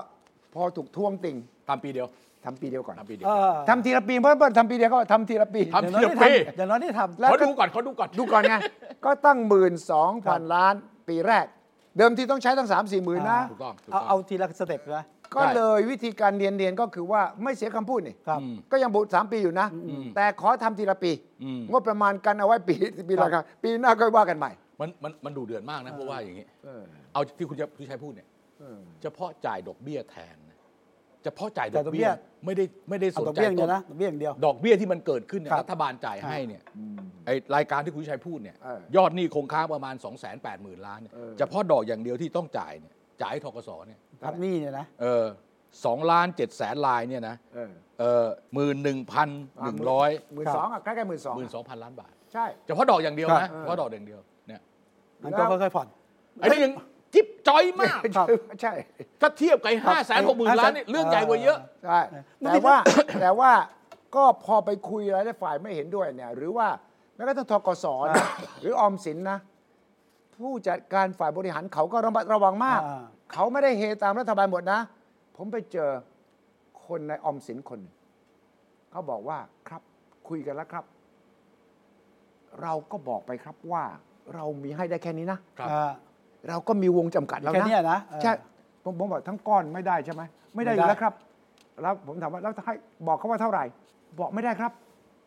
S2: พอถูกท่วงติ่ง
S3: ทำปีเดียว
S2: ทำปีเดียวก่อน
S3: ทำปีเดีย
S1: เอ
S3: ว
S1: อ
S2: ทำทีละปีเพราะว่าทำปีเดียวก็ทำทีละปี
S1: อ
S3: ทำ
S1: ย่างน้อยได้ทำอ
S3: เดี๋ยวพี่
S1: ย่างน้อยได้ทำ
S2: แล้ว
S3: เขา
S2: ก็
S3: ดูก่อนเขาดูก่อน
S2: ดูก่อนไง ก็ตั้งหมื่นสอง
S1: ครั
S2: พั
S1: บ
S2: นล้านปีแรก เดิมทีต้องใช้ตั้ง 3 4มสี่หมื่นนะ
S3: ถูกต้องถูก
S1: เอา
S3: ต้
S1: เอา
S3: อง
S1: ทีละสเต็ปนะ
S2: ก็เลยวิธีการเนียนเนียนๆก็คือว่าไม่เสียคำพูดนี่
S1: ครับ
S2: ก็ยังบุตรสามปีอยู่นะ แต่ขอทำทีละปี
S3: อืม
S2: งบประมาณกันเอาไว้ปี ปีละครั้งปีหน้าก็ว่ากันใหม่
S3: มันมันมันดูเดือดมากนะเพราะว่าอย่างนี้ เอาที่คุณจะคุณชัยพูดเนี่ยเฉพาะจ่ายดอกเบี้ยแทนนะเฉพาะจ่ายดอก
S1: จ่ายดอก
S3: เบี้ย
S1: เบี้ย
S3: ไม่ได้ไม่ได้ส
S1: เอา
S3: น
S1: ดอก
S3: ใจ
S1: เบี้ยอย่างเดีย
S3: ต้
S1: วน นะดอกเบี้ยอย่างเดียว
S3: ดอกเบี้ยที่มันเกิดขึ้นเนี่ย
S1: ครับ
S3: รัฐบาลจ่ายให้เนี่ยไอรายการที่คุณชัยพูดเนี่ย
S2: เออ
S3: ยอดหนี้คงค้างประมาณ 2 8 0 0 0 0 ล้านเนี่ยเฉพาะดอกอย่างเดียวที่ต้องจ่ายเนี่ยจ่ายให้ทกสเนี่ย
S1: พักหนี้เนี่ยนะ
S3: เออสองล้านเจ็ดแสนลายเนี่ยนะ
S2: เออ
S3: เออหมื่นหนึ่งพันหนึ่งร้อย
S2: หมื่นสองอ่ะใกล้ๆหมื่นสอง
S3: หมื่นสองพันล้านบาท
S2: ใช่
S3: เฉพาะดอกอย่างเดียว
S1: ครั
S3: นะ
S1: บ
S3: เฉพาะดอกอย่างเดียวเนี่ย
S1: มันก็ค่อยๆผ่อน
S3: ไอ้นี่ยังจิ๊บจอยมาก
S1: ครับ
S2: ใช่
S3: ถ้าเทียบกับห้าแสนหกหมื่นล้านเนี่ยเรื่องใหญ่กว่าเยอะ
S2: ใช่
S1: มัน
S2: แต่ว่า แต่ว่าก็พอไปคุยหลายๆฝ่ายไม่เห็นด้วยเนี่ยหรือว่าแม้กระทั่งทกศนะหรือออมสินนะ ผู้จัดการฝ่ายบริหารเขาก็ระมัดระวังมาก
S1: อ่า
S2: เขาไม่ได้เฮตามรัฐบาลหมดนะ ผมไปเจอคนในออมสินคนหนึ่งเขาบอกว่าครับคุยกันแล้วครับ เราก็บอกไปครับว่า เรามีให้ได้แค่นี้นะ
S3: ครับ
S1: อ่า
S2: เราก็มีวงจำกัดแล้วนะ
S1: แค่เนี้ยนะ
S2: ใช่
S1: เออ
S2: ผมผมบอกทั้งก้อนไม่ได้ใช่ไหมไม่ได้อ
S1: ไม่ได้
S2: ยู่แล้วครับ แล้วผมถามว่าแล้วจะให้บอกเขาว่าเท่าไหร่ บอกไม่ได้ครับ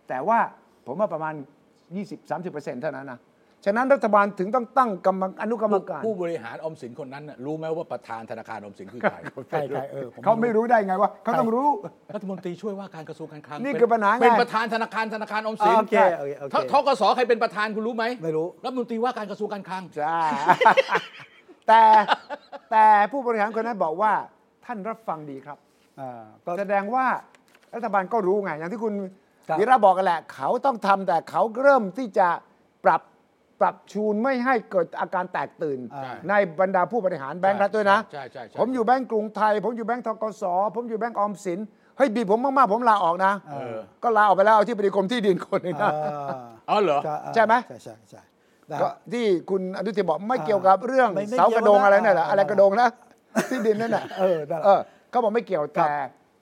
S2: แต่ว่าผมว่าประมาณ 20 30เท่านั้นนะ ฉะนั้นรัฐบาลถึงต้องตั้งกรรมอนุกรรม
S3: ผู้
S2: การ
S3: ผู้บริหารออมสินคนนั้นน่ะรู้ไหมว่าประธานธนาคารออมสินคือใคร
S1: ใช่ใช่เออผ
S2: เขาไม่รู้ได้ไงว่าเขาต้องรู้
S3: รัฐมนตรีช่วยว่าการกระทรวงการคลัง
S2: นี่คือปัญหาไง
S3: เป็นประธานธนาคารธนาคารออมสิน
S1: อ่าโอเคโอเคโอเค
S3: ททกสใครเป็นประธานคุณรู้ไหม
S1: ไม่รู้
S3: รัฐมนตรีว่าการกระทรวงการคลัง
S2: ใช่ แต่แต่ผู้บริหารคนนั้นบอกว่าท่านรับฟังดีครับ
S1: อ่าก็
S2: แสดงว่ารัฐบาลก็รู้ไง อย่างที่คุณ
S1: ครับ
S2: วีระบอกกันแหละ เขาต้องทำแต่เขาเริ่มที่จะปรับปรับชูนไม่ให้เกิดอาการแตกตื่น
S3: ใช่
S2: ในบรรดาผู้บริหารแบงค์รัฐด้วยนะ
S3: ใช่ใช่ใช่
S2: ผมอยู่แบงก์กรุงไทย ผมอยู่แบงก์ทกสผมอยู่แบงก์ออมสินเฮ้ยบีบผมมาก ๆ ผมลาออกนะ
S3: อ
S2: ก็ลาออกไปแล้วเอาที่บริกรมที่ดินคนหนึง
S1: อ่า
S2: นะ
S3: อ๋อเหรอ
S1: ก็อ่า
S2: ใช่ไหม
S1: ใช่ใช่ใช่นะ
S2: ก็
S1: ฮะ
S2: ที่คุณอนุทินบอกไม่
S1: อ่า
S2: เกี่ยวกับเรื่อง
S1: ไม่ไม่
S2: เสากระโดง
S1: เกี่ยวนะ
S2: อะไรนั่นแหละ
S1: อ่า
S2: อะไรกระโดงนะ ที่ดินนั่นแหละ
S1: เออนั่นแหละ
S2: เออเขาบอกไม่เกี่ยว
S1: ครับ
S2: แต่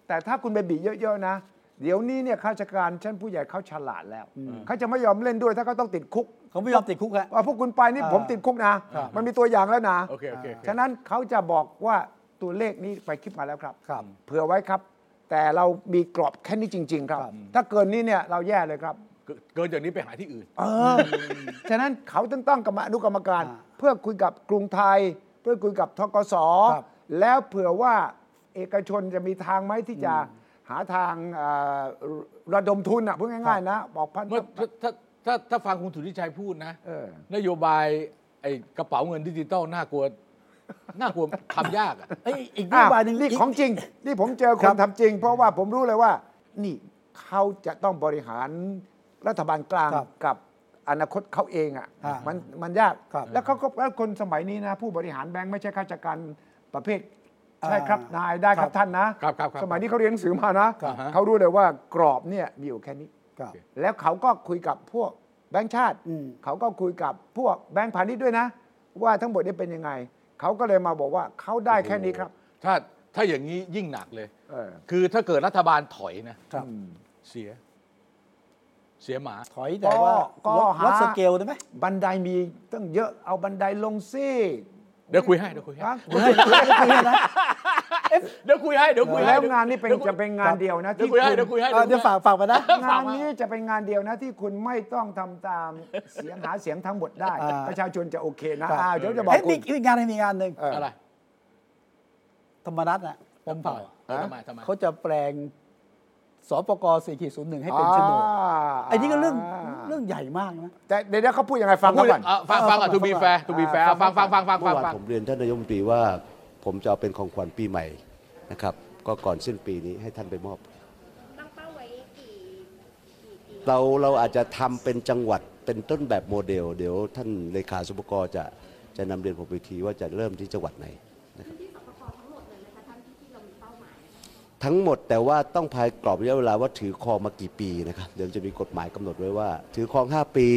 S2: แต่ถ้าคุณไปบีบเยอะๆนะ เดี๋ยวนี้เนี่ยข้าราชการชั้นผู้ใหญ่เขาฉลาดแล้วเขาจะไม่ยอมเล่นด้วยถ้าเขาต้องติดคุก
S1: เขาไม่ยอมติดคุกฮะ
S2: ว่าพวกคุณไปนี่
S1: อ่า
S2: ผมติดคุกนะ มันมีตัวอย่างแล้วนะ
S3: โอเคโอเคโอเค
S2: ฉะนั้นเขาจะบอกว่าตัวเลขนี้ไปคิดมาแล้วครับ
S1: ครับ
S2: เผื่อไว้ครับ แต่เรามีกรอบแค่นี้จริง ๆ ครับ
S1: ครับ
S2: ถ้าเกินนี้เนี่ยเราแย่เลยครับ
S3: เกินจากนี้ไปหาที่อื่น
S2: เออ ฉะนั้นเขาต้องตั้งกรรมอนุกรรมการ
S1: อ่า
S2: เพื่อคุยกับกรุงไทย เพื่อคุยกับทกส
S1: ครับ
S2: แล้วเผื่อว่าเอกชนจะมีทางไหมที่จะหาทางเอ่อระดมทุนอ่ะพูดง่ายๆนะ บอกพัน
S3: เมื่อถ้าถ้าถ้าถ้าฟังคุณสุทธิชัยพูดนะ
S2: เออน
S3: โยบายไอ้กระเป๋าเงินดิจิตอลน่ากลัว น่ากลัว ทำยากอะ
S1: เอ้ยอีกน
S2: อ้า
S1: โยว บายหนึ่ง
S2: นี่
S1: ก
S2: ของจริ ง นี่ผมเจอค
S1: ครั
S2: น
S1: บ
S2: ทำจริง เพราะว่าผมรู้เลยว่า นี่เขาจะต้องบริหารรัฐบาลกลาง
S1: ครับ
S2: กับอนาคตเขาเองอ่ะ
S1: อ่ามั
S2: มันมันยาก
S1: ครับ
S2: แล้วเขาก็แล้วคนสมัยนี้นะ ผู้บริหารแบงค์ไม่ใช่ข้าราชการประเภท
S1: อ่า
S2: ใช่ครับ นายได้ค
S1: ครั
S2: รับบ ท่านนะครับ
S3: ครับครับ
S2: สมัยนี้เขาเรียนหนังสือมานะ
S3: ครับฮะ
S2: เขารู้เลยว่ากรอบเนี่ยมีอยู่แค่นี้
S1: ครับ
S2: แล้วเขาก็คุยกับพวกแบงค์ชาติ
S1: อืม
S2: เขาก็คุยกับพวกแบงค์พาณิชย์ด้วยนะ ว่าทั้งหมดนี้เป็นยังไง เขาก็เลยมาบอกว่าเขาได้แค่นี้ครับ
S3: ถ้าถ้าอย่างนี้ยิ่งหนักเลย
S2: เออ
S3: คือถ้าเกิดรัฐบาลถอยนะครับ เสีย เสียหมา
S1: ถอยแต่ว่า
S2: ก็
S1: ลด
S2: หา
S1: ลดสเกลได้ไหม
S2: บันไดมีตั้งเยอะเอาบันไดลงสิ
S3: เดี๋ยวคุยให้เดี๋ยวคุยให้
S2: ฮะ
S3: เดี๋ยวคุยให้เดี๋ยวคุยให้
S2: แล้วงานนี้เป็น
S3: ดี๋ยวคุย
S2: จะเป็นงานเดียวนะ
S3: เดี๋ย
S2: ที่
S3: ว
S2: คุ
S3: คุ
S2: ณ
S3: ยให้เดี๋ยวคุยให้
S1: เออเดี๋ยวฝากฝากมานะ
S2: งานนี้จะเป็นงานเดียวนะที่คุณไม่ต้องทำตามเสียงหาเสียงทั้งหมดได้
S1: อ่า
S2: ประชาชนจะโอเคนะครับ อ่าเดี๋ยวจะบอก
S1: เฮ้ย
S2: คุ
S1: มี
S2: ณ
S1: มีงานหนึ่งมีงานหนึ่ง
S2: เอ
S3: อะไร
S1: ธรรมนัตนะผมเผ่า
S3: ออทำไมทำไม
S1: เขาจะแปลงสปกสี่ขีดศูนย์หนึ่งให้เป็นโฉนดไอ้นี่ก็เรื่องเรื่องใหญ่มากนะ
S2: แต่เดี๋ยวเขาพูดยังไงฟังเขาก่อน
S3: อ่ะฟังฟังอ่ะ
S1: ฟัง
S3: to be fair to be fair
S2: ฟัง
S3: ฟัง
S2: ฟั
S3: ฟั
S2: ง
S3: งฟังฟังฟั
S8: เมื่อวา
S3: ง
S8: นผ
S3: ฟัง
S8: มเรียนท่านนายกรัฐมนตรีว่าผมจะเอาเป็นของขวัญปีใหม่นะครับ ก็ก่อนสิ้นปีนี้ให้ท่านไปมอบ
S7: ตั้งเป้าไว้กี่กี่ปี
S8: เราเราอาจจะทำเป็นจังหวัดเป็นต้นแบบโมเดล เดี๋ยวท่านเลขาสุปกรจะจะนำเรียนผมอีกทีว่าจะเริ่มที่จังหวัดไหนนะครับทั้งหมดแต่ว่าต้องภายกรอบระยะเวลาว่าถือครองมากี่ปีนะครับเดี๋ยวจะมีกฎหมายกำหนดไว้ว่า ถือครอง 5 ปี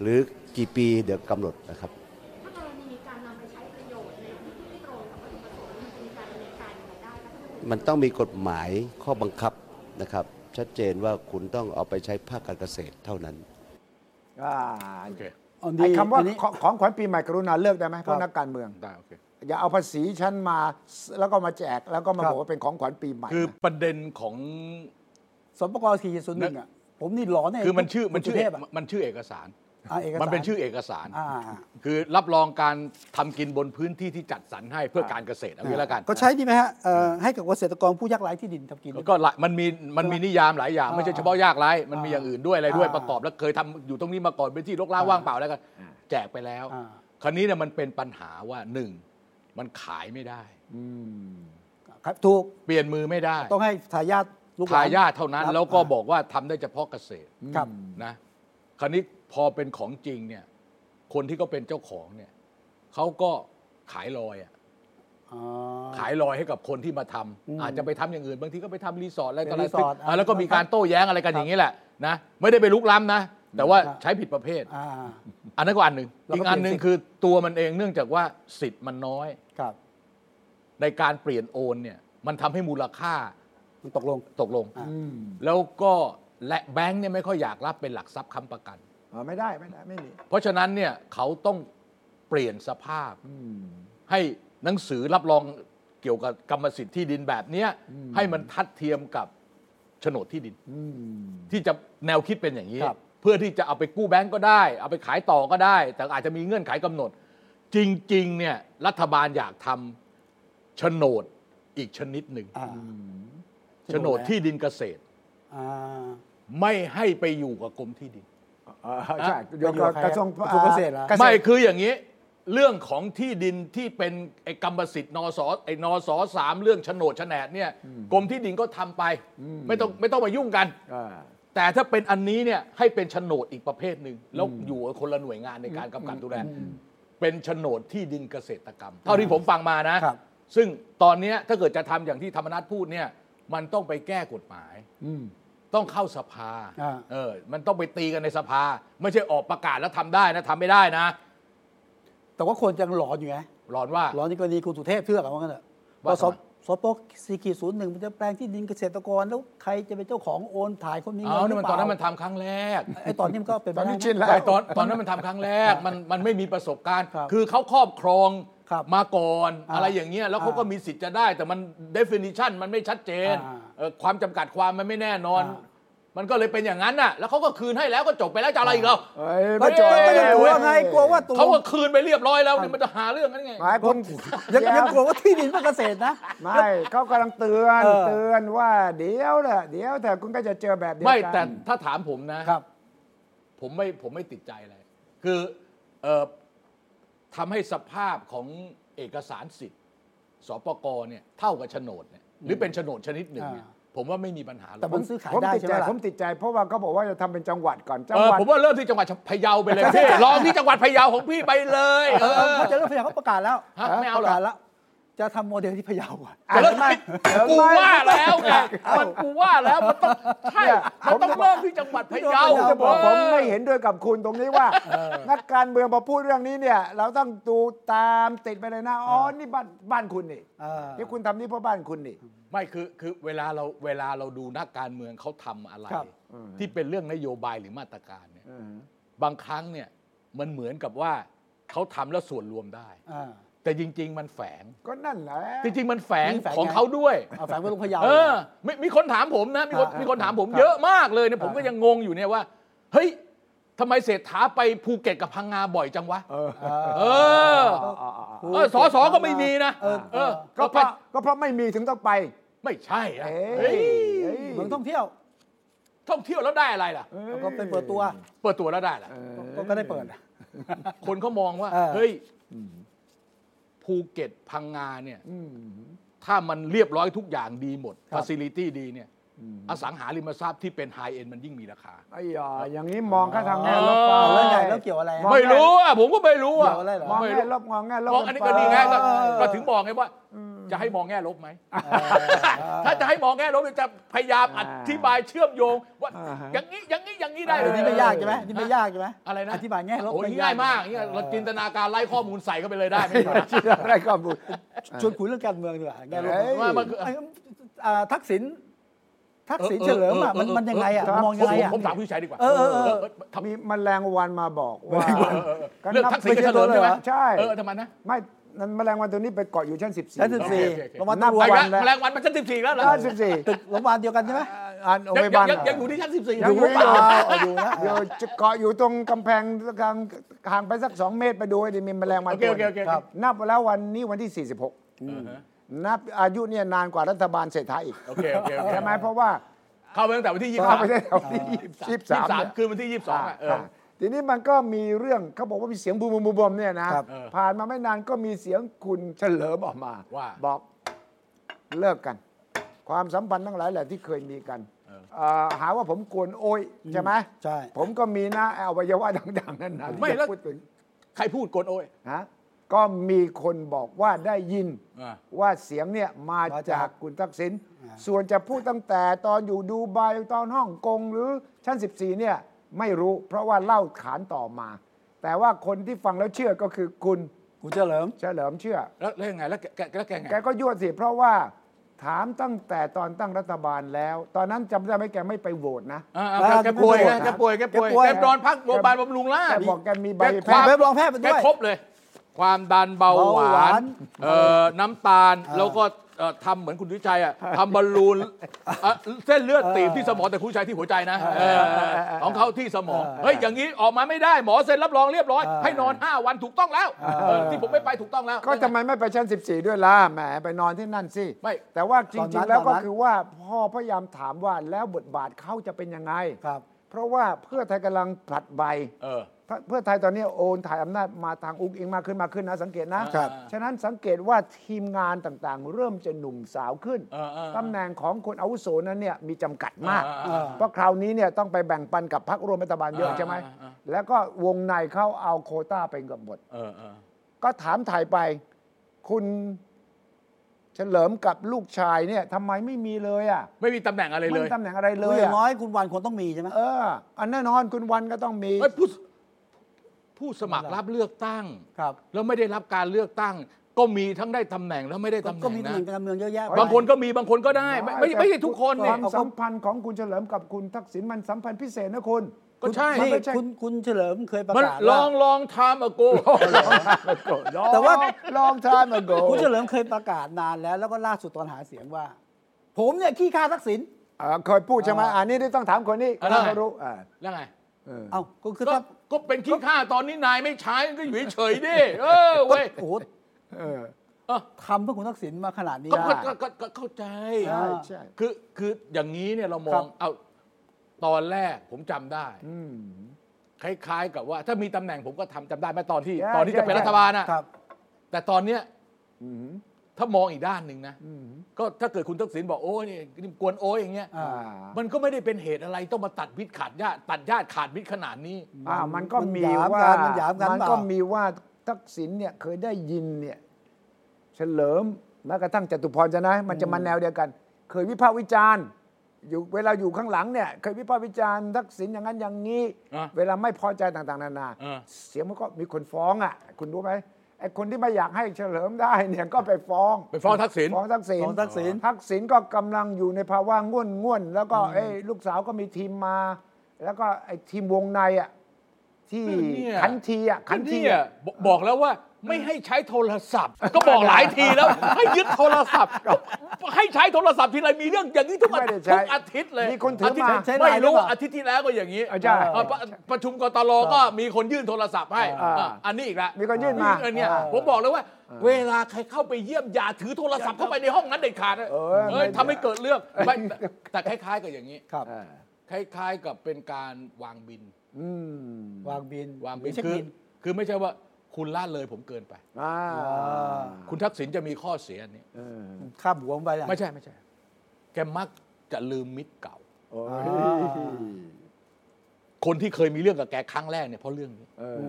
S8: หรือกี่ปีเดี๋ยวกำหนดนะครับ มันต้องมีกฎหมายข้อบังคับนะครับ ชัดเจนว่าคุณต้องเอาไปใช้ภาคการเกษตรเท่านั้น
S2: อ่า
S3: โอเค
S1: อันนี้
S2: ไอ้คำว่า
S1: อันนี้
S2: ของของขวัญปีใหม่กรุณาเลิกได้ไหมพวกนักการเมือง
S3: ได้โอเค
S2: อย่าเอาภาษีฉันมาแล้วก็มาแจกแล้วก็มา
S1: ครับ
S2: บอกว่าเป็นของขวัญปีใหม่
S3: คือ
S2: นะ
S3: ประเด็นของ
S1: สปกสี่ขีดศูนย์หนึ่งอ่ะผมนี่หลอน
S3: คือมันชื่อมันชื่อ
S1: เท
S3: เอ
S1: พ
S3: ก
S1: อ่ะ
S3: มันชื่อเอกสาร
S1: อ่ะอกสาร
S3: มันเป็นชื่อเอกสาร
S1: อ่า
S3: คือรับรองการทำกินบนพื้นที่ที่จัดสรรให้เพื่อการเกษตรเอางี้ละกัน
S1: ก็ใช้ดีไหมฮะเอ่อให้กับเกษตรกรผู้ยากไร้ที่ดินทำกิน
S3: แล้วก็หลายมันมีมันมีนิยามหลายอย่าง ไม่ใช่เฉพาะยากไร้มันมีอย่างอื่นด้วยอะไรด้วย
S1: อ่า
S3: ประกอบแล้วเคยทำอยู่ตรงนี้มาก่อนเป็นที่รกร้างว่างเปล่าแล้วก็แจกไปแล้ว
S1: อ่า
S3: คราวนี้เนี่ยมันเป็นปัญหาว่าหนึ่งมันขายไม่ได้
S1: ครับถูก
S3: เปลี่ยนมือไม่ได้
S1: ต้องให้ทายาทลูกหลน
S3: ทายาทเท่านั้น
S1: ครับ
S3: แล้วก็
S1: า
S3: บอกว่าทำได้เฉพาะเกษตร
S1: ครับ
S3: นะคราวนี้พอเป็นของจริงเนี่ย คนที่เขาเป็นเจ้าของเนี่ยเขาก็ขายลอยอะ
S1: อ๋อ
S3: ขายลอยให้กับคนที่มาทำอาจจะไปทำอย่างอื่น บางทีก็ไปทำรีสอร์ทอะไร
S1: เป็น
S3: ต่ออะไร
S1: รีสอร์ท
S3: อ่ะแล้วก็มีการโต้แย้งอะไรกันอย่างนี้แหละนะไม่ได้ไปลุกล้ำนะ แต่ว่าใช้ผิดประเภท
S1: อ่า
S3: อันนั้นก็อันหนึ่ง
S1: แล้วก็
S3: อีกอันหนึ่ง
S1: เปลี่ยนสิทธิ์
S3: คือตัวมันเองเนื่องจากว่าสิทธิ์มันน้อย
S1: ครับ
S3: ในการเปลี่ยนโอนเนี่ยมันทำให้มูลค่า
S1: มันตกลง
S3: ตกลง แล้วก็และแบงค์เนี่ยไม่ค่อยอยากรับเป็นหลักทรัพย์ค้ำประกัน
S2: อ๋อไม่ได้ไม่ได้ไม่มี
S3: เพราะฉะนั้นเนี่ยเขาต้องเปลี่ยนสภาพให้หนังสือรับรองเกี่ยวกับกรรมสิทธิ์ที่ดินแบบเนี้ยให้มันทัดเทียมกับโฉนดที่ดินที่จะแนวคิดเป็นอย่างนี้
S1: ครับ
S3: เพื่อที่จะเอาไปกู้แบงก์ก็ได้ เอาไปขายต่อก็ได้ แต่อาจจะมีเงื่อนไขกำหนด จริง ๆ เนี่ยรัฐบาลอยากทำโฉนดอีกชนิดหนึ่ง
S1: อ่า
S3: โฉนดที่ดินเกษตร
S1: อ่า
S3: ไม่ให้ไปอยู่กับกรมที่ดิน
S2: อ่าใช่
S1: ไปอยู่บใค
S2: กระทรวง
S1: คบกระทรวงเกษตรเหรอ
S2: กษ
S3: ไม่คืออย่างนี้ เรื่องของที่ดินที่เป็นไอ้กรรมสิทธิ์นสไอ้นสสามเรื่องโฉนดโฉนดเนี่ยกรมที่ดินก็ทำไป ไม่ต้องไม่ต้องมายุ่งกัน
S2: อ่า
S3: แต่ถ้าเป็นอันนี้เนี่ยให้เป็นโฉนดอีกประเภทหนึ่งแล้วอยู่กับคนละหน่วยงานในการกำกับดูแลเป็นโฉนดที่ดินเกษตรกรรม เท่าที่ผมฟังมานะ
S1: ครับ
S3: ซึ่งตอนเนี้ยถ้าเกิดจะทำอย่างที่ธรรมนัฐพูดเนี่ยมันต้องไปแก้กฎหมาย
S2: อืม
S3: ต้องเข้าสภา
S1: อ่า
S3: เออ มันต้องไปตีกันในสภา ไม่ใช่ออกประกาศแล้วทำได้นะทำไม่ได้นะ
S1: แต่ว่าคนยังหลอนอยู่ไง
S3: ร้อนว่า
S1: หลอนในกรณีคุณสุเทพเทือกอะว่างั้นเถอะ
S3: ว่า
S1: ว่าส
S3: ทำไม
S1: สปสี่ขีดศูนย์หนึ่งมันจะแปลงที่ดินเกษตรกรแล้วใครจะเป็นเจ้าของโอนถ่ายคนมีเงิ
S3: เอา
S1: หรื
S3: นี่
S1: อ
S3: มัน
S1: เป
S3: ต
S1: ล่า
S3: อ
S1: น
S3: นั้นมันทำครั้งแรก
S1: ไอ้ตอนนี้มันก็เป็นไป
S2: ตอน
S1: ได้
S2: นี้
S1: นะ
S2: ชินแล้ว
S3: ไอ้ตอนตอนนั้นมันทำครั้งแร ก มันมันไม่มีประสบการณ์
S1: ครับ
S3: คือเขาครอบครอง
S1: ครับ
S3: มาก่อน
S1: อ่า
S3: อะไรอย่างเงี้ย แล้วเขาก็มีสิทธิ์จะได้ แต่มัน definition มันไม่ชัดเจน
S1: อ่า
S3: เออความจำกัดความมันไม่แน่นอน
S1: อ่า
S3: มันก็เลยเป็นอย่างนั้นน่ะ แล้วเขาก็คืนให้แล้วก็จบไปแล้วจะอะไรอีกเรา
S2: เอ้ย
S1: ก็
S2: ไม่
S1: จอ
S2: เอ้ย
S1: ก็ยังกลัวไงกลัวว่าตัว
S3: เขาก็คืนไปเรียบร้อยแล้วนี่มันจะหาเรื่องกันไง
S2: หมายคน
S1: ยังยังกลัวว่าที่ดินเป็นเกษตรนะ
S2: ไม่เขากำลังเตือน
S1: เออ
S2: เตือนว่าเดี๋ยวแหละเดี๋ยวแต่คุณก็จะเจอแบบเดียวกั
S3: ไม่แต่ถ้าถามผมนะ
S1: ครับ
S3: ผมไม่ผมไม่ติดใจอะไร คือเอ่อทำให้สภาพของเอกสารสิทธิ์สปกเนี่ยเท่ากับโฉนดเนี่ยหรือเป็นโฉนดชนิดหนึ่งเนี่ย
S1: อ่า
S3: ผมว่าไม่มีปัญหาหรอก
S1: แต่มันซื้อขาย
S2: ผม
S1: ได้
S2: ติด
S1: ใช่ไห
S2: ใจ
S1: มล่ะ
S2: ผมติดใจ เพราะว่าเขาบอกว่าจะทำเป็นจังหวัดก่อนจัง
S3: เอ
S2: ห
S3: อ
S2: วัด
S3: ผมว่าเริ่มที่จังหวัดพะเยาไปเลยพี่ ลองที่จังหวัดพะเยาของพี่ไปเลย เออ
S1: เขาจะเริ่มพะเยาเขาประกาศแล้ว
S3: ฮะไม่เอา
S1: ป
S3: เหรอ
S1: ระกาศแล้ว จะทำโมเดลที่พะเยาก่อน
S3: จะเริ่มที่กูว่าแล้วไงมันกูว่าแล้วมันต้องใช่มันต้องเริ่มที่จังหวัดพะเยา
S2: ผมจะบอกผมไม่เห็นด้วยกับคุณตรงนี้ว่า นักการเมืองพอพูดเรื่องนี้เนี่ย เราต้องดูตามติดไปเลยนะอ๋อนี่บ้านบ้านคุณนี่
S1: เออ
S2: นี่คุณทำนี่เพราะบ้านคุณนี่
S3: ไม่คือคือเวลาเราเวลาเราดูนักการเมืองเขาทำอะไร
S1: ครับ
S3: ที่เป็นเรื่องนโยบายหรือมาตรการเนี่ย
S2: อือฮึ
S3: บางครั้งเนี่ยมันเหมือนกับว่าเขาทำแล้วส่วนรวมได้
S1: อ่า
S3: แต่จริง ๆ มันแฝง
S2: ก็นั่นแหละ
S3: จริง ๆ มันแฝง
S1: มีแฝง
S3: ของ
S1: ไง
S3: เขาด้วย
S1: เอาแฝงไว้ตรงพะเยา
S3: เออมีมีคนถามผมนะมีคน
S2: อ่ามี
S3: มีคนถามผม
S2: ครับ
S3: เยอะมากเลยเนี่ยผมก็ยังงงอยู่เนี่ยว่า เฮ้ยทำไมเศรษฐาไปภูเก็ตกับพังงาบ่อยจังวะ
S2: เออ
S3: เออเออสอสอก็ไม่มีนะ
S1: เออ
S3: เออ
S2: ก็
S3: ก็
S2: เพ
S3: ไป
S2: ราะก็เพราะไม่มีถึงต้องไป
S3: ไม่ใช่อะ
S2: เอ้ย
S3: เฮ้ย
S2: เอ้ย
S1: เมืองท่องเที่ยว
S3: ท่องเที่ยวแล้วได้อะไรล่ะ
S1: แล้วก็ไปเปิดตัว
S3: เปิดตัวแล้วได้ล่ะ
S1: ก็ก็ได้เปิด
S3: คนเขามองว่า
S1: เออ
S3: เฮ้ยภูเก็ตพังงาเนี่ยถ้ามันเรียบร้อยทุกอย่างดีหมดฟ a ซิลิตี้ดีเนี่ย อสังหาริมทรัพย์ที่เป็นไฮเอ็นมันยิ่งมีราคา
S2: ไอ้ยาอย่างนี้มองก็ทางแง่ลบ
S3: เออ
S1: แล้วใหญ่แล้วเกี่ยวอะไร
S3: ไม่รู้อ่ะ ผมก็ไม่รู้อ่ะ
S1: เดี๋ยวอะไรเหร
S2: มอง
S3: ไม่
S2: แง่
S3: รู้
S2: ลบมองแง่ลบ
S3: มองอันนี้ก็ดีไงก็ก็ถึงบอกไงว่า จะให้มองแง่ลบไหม ถ้าจะให้มองแง่ลบจะพยายามอธิบายเชื่อมโยงว่าอย่างนี้อย่างนี้อย่างนี้ได้
S1: เออนี่ไม่ยากใช่ไหมนี่ไม่ยากใช่ไหม
S3: อะไรนะ
S1: อธิบายแง่ลบ
S3: โอ้ย
S1: ไม่
S3: ง่ายมากเนี่ยเราจินตนาการไล่ข้อมูลใส่เข้าไปเลยได้ไม่มีปัญหา
S2: อะไรก็บุญ
S1: ชวนคุยเรื่องการเมืองดีกว่าแง่ลบ
S2: เอ้ย
S3: ว่ามันคือ
S1: ไอ้เอ่อทักษิณทักษิณเฉลิมอ่ะมันมันยังไงอ่ะ
S3: เ
S1: มองยังไงอ่ะ
S3: ผมถามผู้ใช้ดีกว่า
S1: เออเออเออ
S3: ทำ
S2: มีแมลงวันมาบอกว่า
S3: เรื่องทักษิณกับเฉลิมใช่ไหม
S2: ใช่
S3: เออทำไมนะ
S2: ไม่นั่นแมลงวันตัวนี้ไปเกาะอยู่ชั้น 14
S1: ชั้น 14
S2: ประมาณ
S3: นับไป
S2: วัน
S3: แล้ว
S2: แล้ว
S3: แมลงวันมันชั้นสิบสี่แล้วเหรอ
S2: ชั้นสิบสี่
S1: ตึกโรงพยาบาลเดียวกันใช่ไหม
S2: อันโรงพยาบาล
S3: ยังยังยังอยู่ที่ชั้นสิบสี่
S2: ยังอยู่
S1: เป
S2: เป
S1: ล่า
S2: ล่า
S1: อยู่นะ
S2: อยู่จะเกาะอยู่ตรงกำแพงกลางห่างไปสัก 2 เมตรไปดูให้ดีมีแมลงวัน
S3: โอเค
S2: ตัว
S3: โอเคโอเค
S1: ครับ
S2: นับแล้ววันนี้วันที่ 46 นับอายุเนี่ยนานกว่ารัฐบาลเศรษฐาอีก
S3: โอเคโอเคโอเค
S2: ใช่ไหมเพราะว่า
S3: เข้าไปตั้งแต่วันที่ยี่สิบ
S2: เข้า
S3: สาม
S2: ไปได้แถวที่
S3: ยี่
S2: ยี่
S3: สิ
S2: สิ
S3: บบ
S2: สาม
S3: สาม
S2: เนี่ย
S3: คืนวันที่ยี่สิบสองอ่ะเออ
S2: อ่าทีนี้มันก็มีเรื่องเขาบอกว่ามีเสียงบูมบูมบูมบูมเนี่ยนะ
S3: ครับเออ
S2: ผ่านมาไม่นานก็มีเสียงคุณเฉลิมออกมา
S3: ว่า
S2: บอกเลิกกัน ความสัมพันธ์ทั้งหลายแหละที่เคยมีกัน
S3: เออ
S2: เอ่อหาว่าผมกวนโอยใช่ไหม
S1: ใช่
S2: ผมก็มีนะอวัยวะดัง ๆ นั่นนะที่
S3: ไม่แล้ว
S2: จะพูดถึง
S3: ใครพูดโกนโอ้ย
S2: ฮะก็มีคนบอกว่าได้ยิน
S3: อ่ะ
S2: ว่าเสียงเนี่ยมา
S1: มาจาก
S2: จากคุณทักษิณส่วนจะพูดตั้งแต่ตอนอยู่ดูไบตอนฮ่องกงหรือชั้น 14 เนี่ยไม่รู้ เพราะว่าเล่าขานต่อมา แต่ว่าคนที่ฟังแล้วเชื่อก็คือคุณ
S1: กูเฉลิม
S2: เฉลิมเชื่อ
S3: แล้วแล้วยังไงแล้วแกแกแล้วแกไง
S2: แกก็ยั่วสิ เพราะว่าถามตั้งแต่ตอนตั้งรัฐบาลแล้ว ตอนนั้นจำได้ไหมแกไม่ไปโหวตนะ
S3: อ่ะอ่ะแกป่วยไงแกป่วยแกป่วย
S1: แกป่วย
S3: แกนอนพักโรงพยาบาลบำรุงราษฎร์
S2: แกบอกแกมีใบ
S3: แกความ
S1: ไปรองแพทย์มัน
S3: แค่
S1: ด้วย
S3: ครบเลย ความดันเบาหว
S1: เบา
S3: าว
S1: หาน น
S3: เอ่อน้ำตาล
S1: อ่า
S3: แล้วก็ เอ่อทำเหมือนคุณวิชัย อ่ะทำบอลลูนเอ่อเส้นเลือดตีบที่สมองแต่คุณวิชัยที่หัวใจนะเออของเขาที่สมองเฮ้ยอย่างนี้ออกมาไม่ได้หมอเซ็นรับรองเรียบร้อย ให้นอน 5 วันถูกต้องแล้วเออที่ผมไม่ไปถูกต้องแล้ว
S2: ก็ทำไมไม่ไปชั้น 14 ด้วยล่ะแหมไปนอนที่นั่นสิ
S3: ไม่
S2: แต่ว่าจ
S1: ตอนนั้
S2: ริง
S1: น
S2: ๆ แล้ว
S1: ต
S2: ก็
S1: อนนั้น
S2: คือว่าพ่อพยายามถามว่าแล้วบทบาทเขาจะเป็นยังไง
S1: ครับ
S2: เพราะว่าเพื่อไทยกำลังผลัดใบ
S3: เออ
S2: เพื่อไทยตอนนี้โอนถ่ายอำนาจมาทางอุ้งอิงมากขึ้นมากขึ้นนะสังเกตนะครับ ฉะนั้นสังเกตว่าทีมงานต่างๆ เริ่มจะหนุ่มสาวขึ้น
S3: เออเออเออ
S2: ตำแหน่งของคนอาวุโสนั้นเนี่ยมีจำกัดมาก
S3: เออเออเออ
S2: เพราะคราวนี้เนี่ยต้องไปแบ่งปันกับพรรคร่วมรัฐบาลเยอะใช่ไหม
S3: เออเออเออ
S2: แล้วก็วงในเข้าเอาโควต้าไปเกือบหมด
S3: เออเออ
S2: ก็ถามถ่ายไป คุณเฉลิมกับลูกชายเนี่ยทำไมไม่มีเลยอ่ะ
S3: ไม่มีตำแหน่งอะไรเล
S2: ไม่
S3: ย
S2: มีตำแหน่งอะไรเล
S1: คือย อย่างน้อย
S2: อ่ะ
S1: คุณวันควรต้องมีใช่ไหม
S2: เออ อันแน่นอนคุณวันก็ต้องมี
S3: เอ้ยผู้สผู้สมัครรับเลือกตั้ง
S1: ครับ
S3: แล้วไม่ได้รับการเลือกตั้ง ก็มีทั้งได้ตำแหน่งแล้วไม่ได้ตำแห
S1: ก็
S3: น่ง
S1: มีตำ
S3: นะ
S1: แหน่งการเมืองเยอะแยะ
S3: บางคนก็มีบางคนก็ได้ไม่ไม่ไม่ใช่ทุกคน
S2: ค
S3: เนี่
S2: วาย มสัมพันธ์ของคุณเฉลิมกับคุณทักษิณมันสัมพันธ์พิเศษนะคุณ
S3: ก็ใช่
S2: มัน
S1: นี่
S2: ไม่ใช่
S1: คุณคุณเฉลิมเคยประ
S3: มัน
S1: กาศ
S3: ล
S1: ว่า
S3: องลองทำอะโก
S1: แต่ว่า
S2: ลองทานมาโก
S1: คุณเฉลิมเคยประกาศนานแล้ว แล้วก็ล่าสุดตอนหาเสียงว่า ผมเนี่ยขี้ข้าทักษิณ
S2: เคยพูดใช่ไหมอันนี้ต้องถามคนนี้
S3: อ่า
S2: เขาก็รู้อ่า
S3: แล้วไง
S2: เออ
S1: เอ้าก็คือ
S3: ก็
S1: ถ้า
S3: ก็เป็นขี้ข้าตอนนี้นายไม่ใช้ก็อยู่เฉยๆดิเออเว้ย
S1: โอ้โห
S2: เออ
S3: เออ
S1: ทำเพื่อคุณทักษิณมาขนาดนี้
S3: ก็ก็ก็ก็ก็เข้าใจ
S1: อ่า
S2: ใช่ใช่
S3: คือคืออย่างนี้เนี่ยเราม
S2: ค
S3: อ
S2: รั
S3: ง
S2: บ
S3: เอาตอนแรกผมจำได้
S2: อืม
S3: คล้าย ๆ กับว่า ถ้ามีตำแหน่งผมก็ทำจำได้ไหมตอนที่
S2: ใช่
S3: ตอนที่จะเป็น
S2: ใช่
S3: รัฐบาลอะ
S1: ครับ
S3: แต่ตอนเนี้ย
S2: อืม
S3: ถ้ามองอีกด้านหนึ่งนะ
S2: อืม
S3: ก็ถ้าเกิดคุณทักษิณบอกโอ้ยนี่นี่กวนโอ้ยอย่างเงี้ย
S1: อ่า
S2: อ่า
S3: มันก็ไม่ได้เป็นเหตุอะไรต้องมาตัดมิตรขาดญาติตัดญาติขาดมิตรขนาดนี้
S2: อ่ามันก็
S1: มัน
S2: มี
S1: หยาม
S2: ว่า
S1: กันมั
S2: มัน
S1: หยามกัน
S2: ก็
S1: เปล่ามี
S2: มีว่าทักษิณเนี่ยเคยได้ยินเนี่ยเฉลิมแม้กระทั่งจตุพรจะนะ มันจะมาแนวเดียวกัน เคยวิพากษ์วิจารณ์ อยู่เวลาอยู่ข้างหลังเนี่ยเคยวิพากษ์วิจารณ์ทักษิณอย่างนั้นอย่างนี้
S3: อ่ะ
S2: เวลาไม่พอใจต่างๆ นานา
S3: เออ
S2: เสียงมันก็มีคนฟ้องอ่ะ คุณรู้ไหมไอ้คนที่ไม่อยากให้เฉลิมได้ เนี่ยก็ไปฟ้อง
S3: ไปฟ้องทักษิณ
S2: ฟ้องทักษิณ
S1: ฟ้องทักษิณ
S2: ทักษิณก็กำลังอยู่ในภาวะง่วนง่วนๆแล้วก็เอ้ยลูกสาวก็มีทีมมา แล้วก็ไอ้ทีมวงในอ่ะที่
S3: เนี่ย
S2: ขันทีอ่ะขันที
S3: เนี่ย
S2: อ่ะ
S3: บบอกแล้วว่าไม่ให้ใช้โทรศัพท์ ก็บอกหลายทีแล้ว ให้ยึดโทรศัพท์ ให้ใช้โทรศัพท์ทีไรมีเรื่องอย่างนี้ทุกอา
S2: ไม่
S3: ทิ
S2: ได้
S3: ตย์
S2: ใช้
S3: ทุกอาทิตย์เลย
S2: มีคนถือ
S3: ทิต
S2: มา
S3: ย์
S1: ใช้ไลน์
S3: ไม่รู้
S1: หรือเปล่า
S3: อาทิตย์ที่แล้วก็อย่างนี้
S2: เออใช่
S3: เออประประชุมกตลก็มีคนยื่นโทรศัพท์ให้
S2: เอออ่
S3: ะอันนี้อีกแล้ว
S2: มีคนยื่นมา
S3: อันเนี้ย
S2: เออ
S3: ผมบอกเลยว่า เวลาใครเข้าไปเยี่ยมอย่าถือโทรศัพท์เข้าไปในห้องนั้นเด็ดขาดนะ
S2: เออ
S3: เอ้ย
S2: ไม่
S3: ทำให้เกิดเรื่องไม่แต่คล้าย ๆ กับอย่างนี้
S1: ครับ
S2: อ่า
S3: คล้าย ๆ กับเป็นการวางบิน
S2: อืม
S1: วางบิน
S3: วาง
S1: ห
S3: บิ
S1: รื
S3: น
S1: อเช็ค
S3: คือ
S1: บิน
S3: คือไม่ใช่ว่าคุณละเลยผมเกินไป
S2: อ่า
S3: คุณทักษิณจะมีข้อเสียอันนี้
S2: เออ
S1: ข้ามหัวมันไปนะ
S3: ไม่ใช่ไม่ใช่ แกมักจะลืมมิตรเก่า
S2: โอ้ย
S3: คนที่เคยมีเรื่องกับแกครั้งแรกเนี่ยเพราะเรื่องนี้
S2: เออ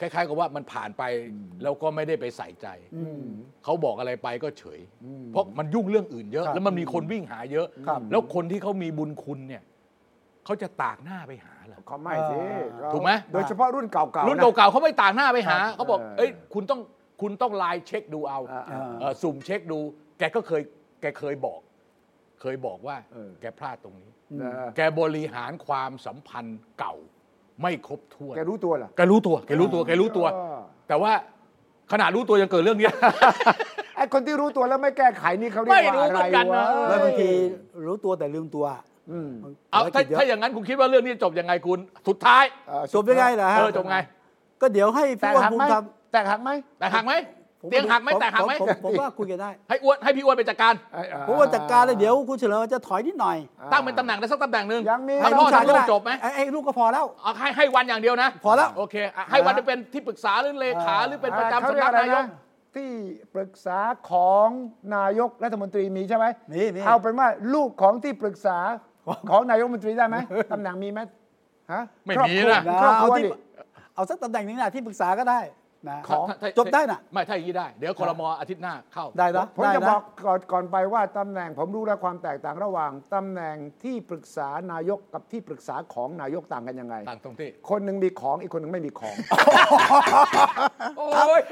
S3: คล้ายๆกับว่ามันผ่านไปแล้วก็ไม่ได้ไปใส่ใจ
S2: อืม
S3: เขาบอกอะไรไปก็เฉย
S2: อืม
S3: เพราะมันยุ่งเรื่องอื่นเยอะ
S2: ครับ
S3: แล้วมันมีคนวิ่งหาเยอะ
S2: ครับ
S3: แล้วคนที่เขามีบุญคุณเนี่ยเขาจะตากหน้าไปหาเหรอ
S2: เขาไม่สิ
S1: อ่า
S3: ถูกไหม
S2: โดยเฉพาะรุ่นเก่าๆ
S3: รุ่นะ เก่าๆเขาไม่ตากหน้าไปหาเขาบอก
S2: เออ
S3: เอ้ยคุณต้องคุณต้องไลน์เช็คดูเอา
S2: อ่า
S3: เอ่อสุ่มเช็คดู แกก็เคยแกเคยบอก เคยบอกว่า
S2: เออ
S3: แกพลาดตรงนี้
S2: เออ
S3: แกบริหารความสัมพันธ์เก่า ไม่ครบถ้วน
S2: แกรู้ตัวเหรอ
S3: แกรู้ตัวแกรู้ตัวแกรู้ตัว
S2: อ่า
S3: แต่ว่าขนาดรู้ตัวยังเกิดเรื่องเนี้ย
S2: ไอ้คนที่รู้ตัวแล้วไม่แก้ไขนี่เขาเรียก
S3: ไม่รู้
S2: ว่า
S3: เห
S2: อะไร
S3: มือนกัน
S2: วะ
S3: นะ
S1: แล้วบางทีรู้ตัวแต่ลืมตัว
S2: อืม
S3: เอา
S1: ภร
S3: ถ้า
S1: กิจยะ
S3: ถ้าอย่างนั้นคุณคิดว่าเรื่องนี้จบยังไงคุณ สุดท้าย
S2: เอ่อ
S1: จบยังไงล่ะฮะ
S3: เออจบไง
S1: ก็เดี๋ยวให้
S2: แต
S1: พี่
S2: ก
S1: อ้วน
S2: หัก
S1: ภู
S2: ไหม
S1: มิธรรม
S2: แตกหักไหม
S3: แต่หักไหม
S1: ผ
S3: เตียงหักไหม
S1: ผ
S3: แต่หักไหม
S1: ผผมว่าคุยกันได้
S3: ให้อ้วนให้พี่อ้วนไปจัดการ
S2: ไอ้อ่
S1: ผมว่าจัดการเลยเดี๋ยวคุณเฉลิมจะถอยนิดหน่อย
S3: ตั้งเป็นตำแหน่งได้สักตำแหน่งหนึ่ง
S2: ยังมี
S3: ให้พ่อทำลูกจบไหม
S1: ไอ้ไอ้ลูกก็พอแล้ว
S3: เอาให้ให้วันอย่างเดียวนะ
S1: พอแล้ว
S3: โอเคอ่ะให้วันเป็นที่ปรึกษาหรือเลขาหรือเป็นประจำ
S2: เขา
S3: สำ
S2: เย
S3: นัก
S2: อะไระ
S3: นายก
S2: ที่ปรึกษาของนายกรัฐมนตรีมีใช่ไหม
S1: มีมี
S2: เอาเป็นว่าลูกของที่ปรึกษาของนายกรัฐมนตรีได้ ไหมตำแหน่งมีไหมฮะ
S3: ไม่
S2: ครอบ
S3: มี
S2: ครัว
S3: นะ
S2: ครอบค
S1: เอา
S2: รัว
S1: ที่
S2: ดิ
S1: เอาสักตำแหน่งหนึงนะที่ปรึกษาก็ได้นะ
S2: ของ
S3: ถ้าถ้า
S1: จบได้น่ะ
S3: ไม่ถ้าอย่างนี้ได้ เดี๋ยวครมอาทิตย์หน้าเข้า
S1: ได้นะ
S2: ผม
S1: ได้
S2: จะ
S1: น
S2: บอกก่อนก่อนไปว่าตำแหน่งผมรู้แล้วความแตกต่างระหว่างตำแหน่งที่ปรึกษานายกกับที่ปรึกษาของนายกต่างกันยังไง
S3: ต่างตรงที่
S2: คนหนึ่งมีของอีกคนหนึ่งไม่มีของ
S3: โอ้ย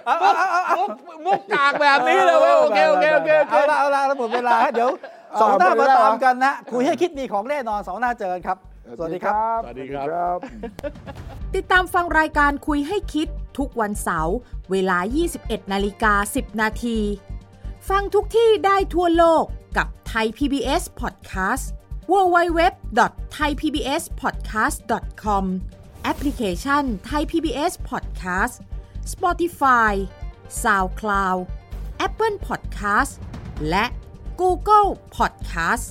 S3: มุกมุกมุกกากแบบนี้เลยเว้ยโอเคโอเคโอเคโอเค
S1: เอาละเอาละแล้วหมดเวลาฮะเดี๋ยวสองหน้า
S2: เอาหม
S1: มา
S2: ดเวลา
S1: ตามกันนะคุยให้คิดมีของแน่นอนสองหน้าเจอกันครับ สวัสดีครับ
S2: ส
S3: สวั
S2: วัส
S3: สดี
S2: ดีค
S3: ครั
S2: รับ บ
S9: ติดตามฟังรายการคุยให้คิดทุกวันเสาร์เวลา 21 นาฬิกา 10 นาที ฟังทุกที่ได้ทั่วโลกกับไทย PBS Podcast www.thaipbspodcast.com แอปพลิเคชัน Thai PBS Podcast Spotify SoundCloud Apple Podcast และ Google Podcast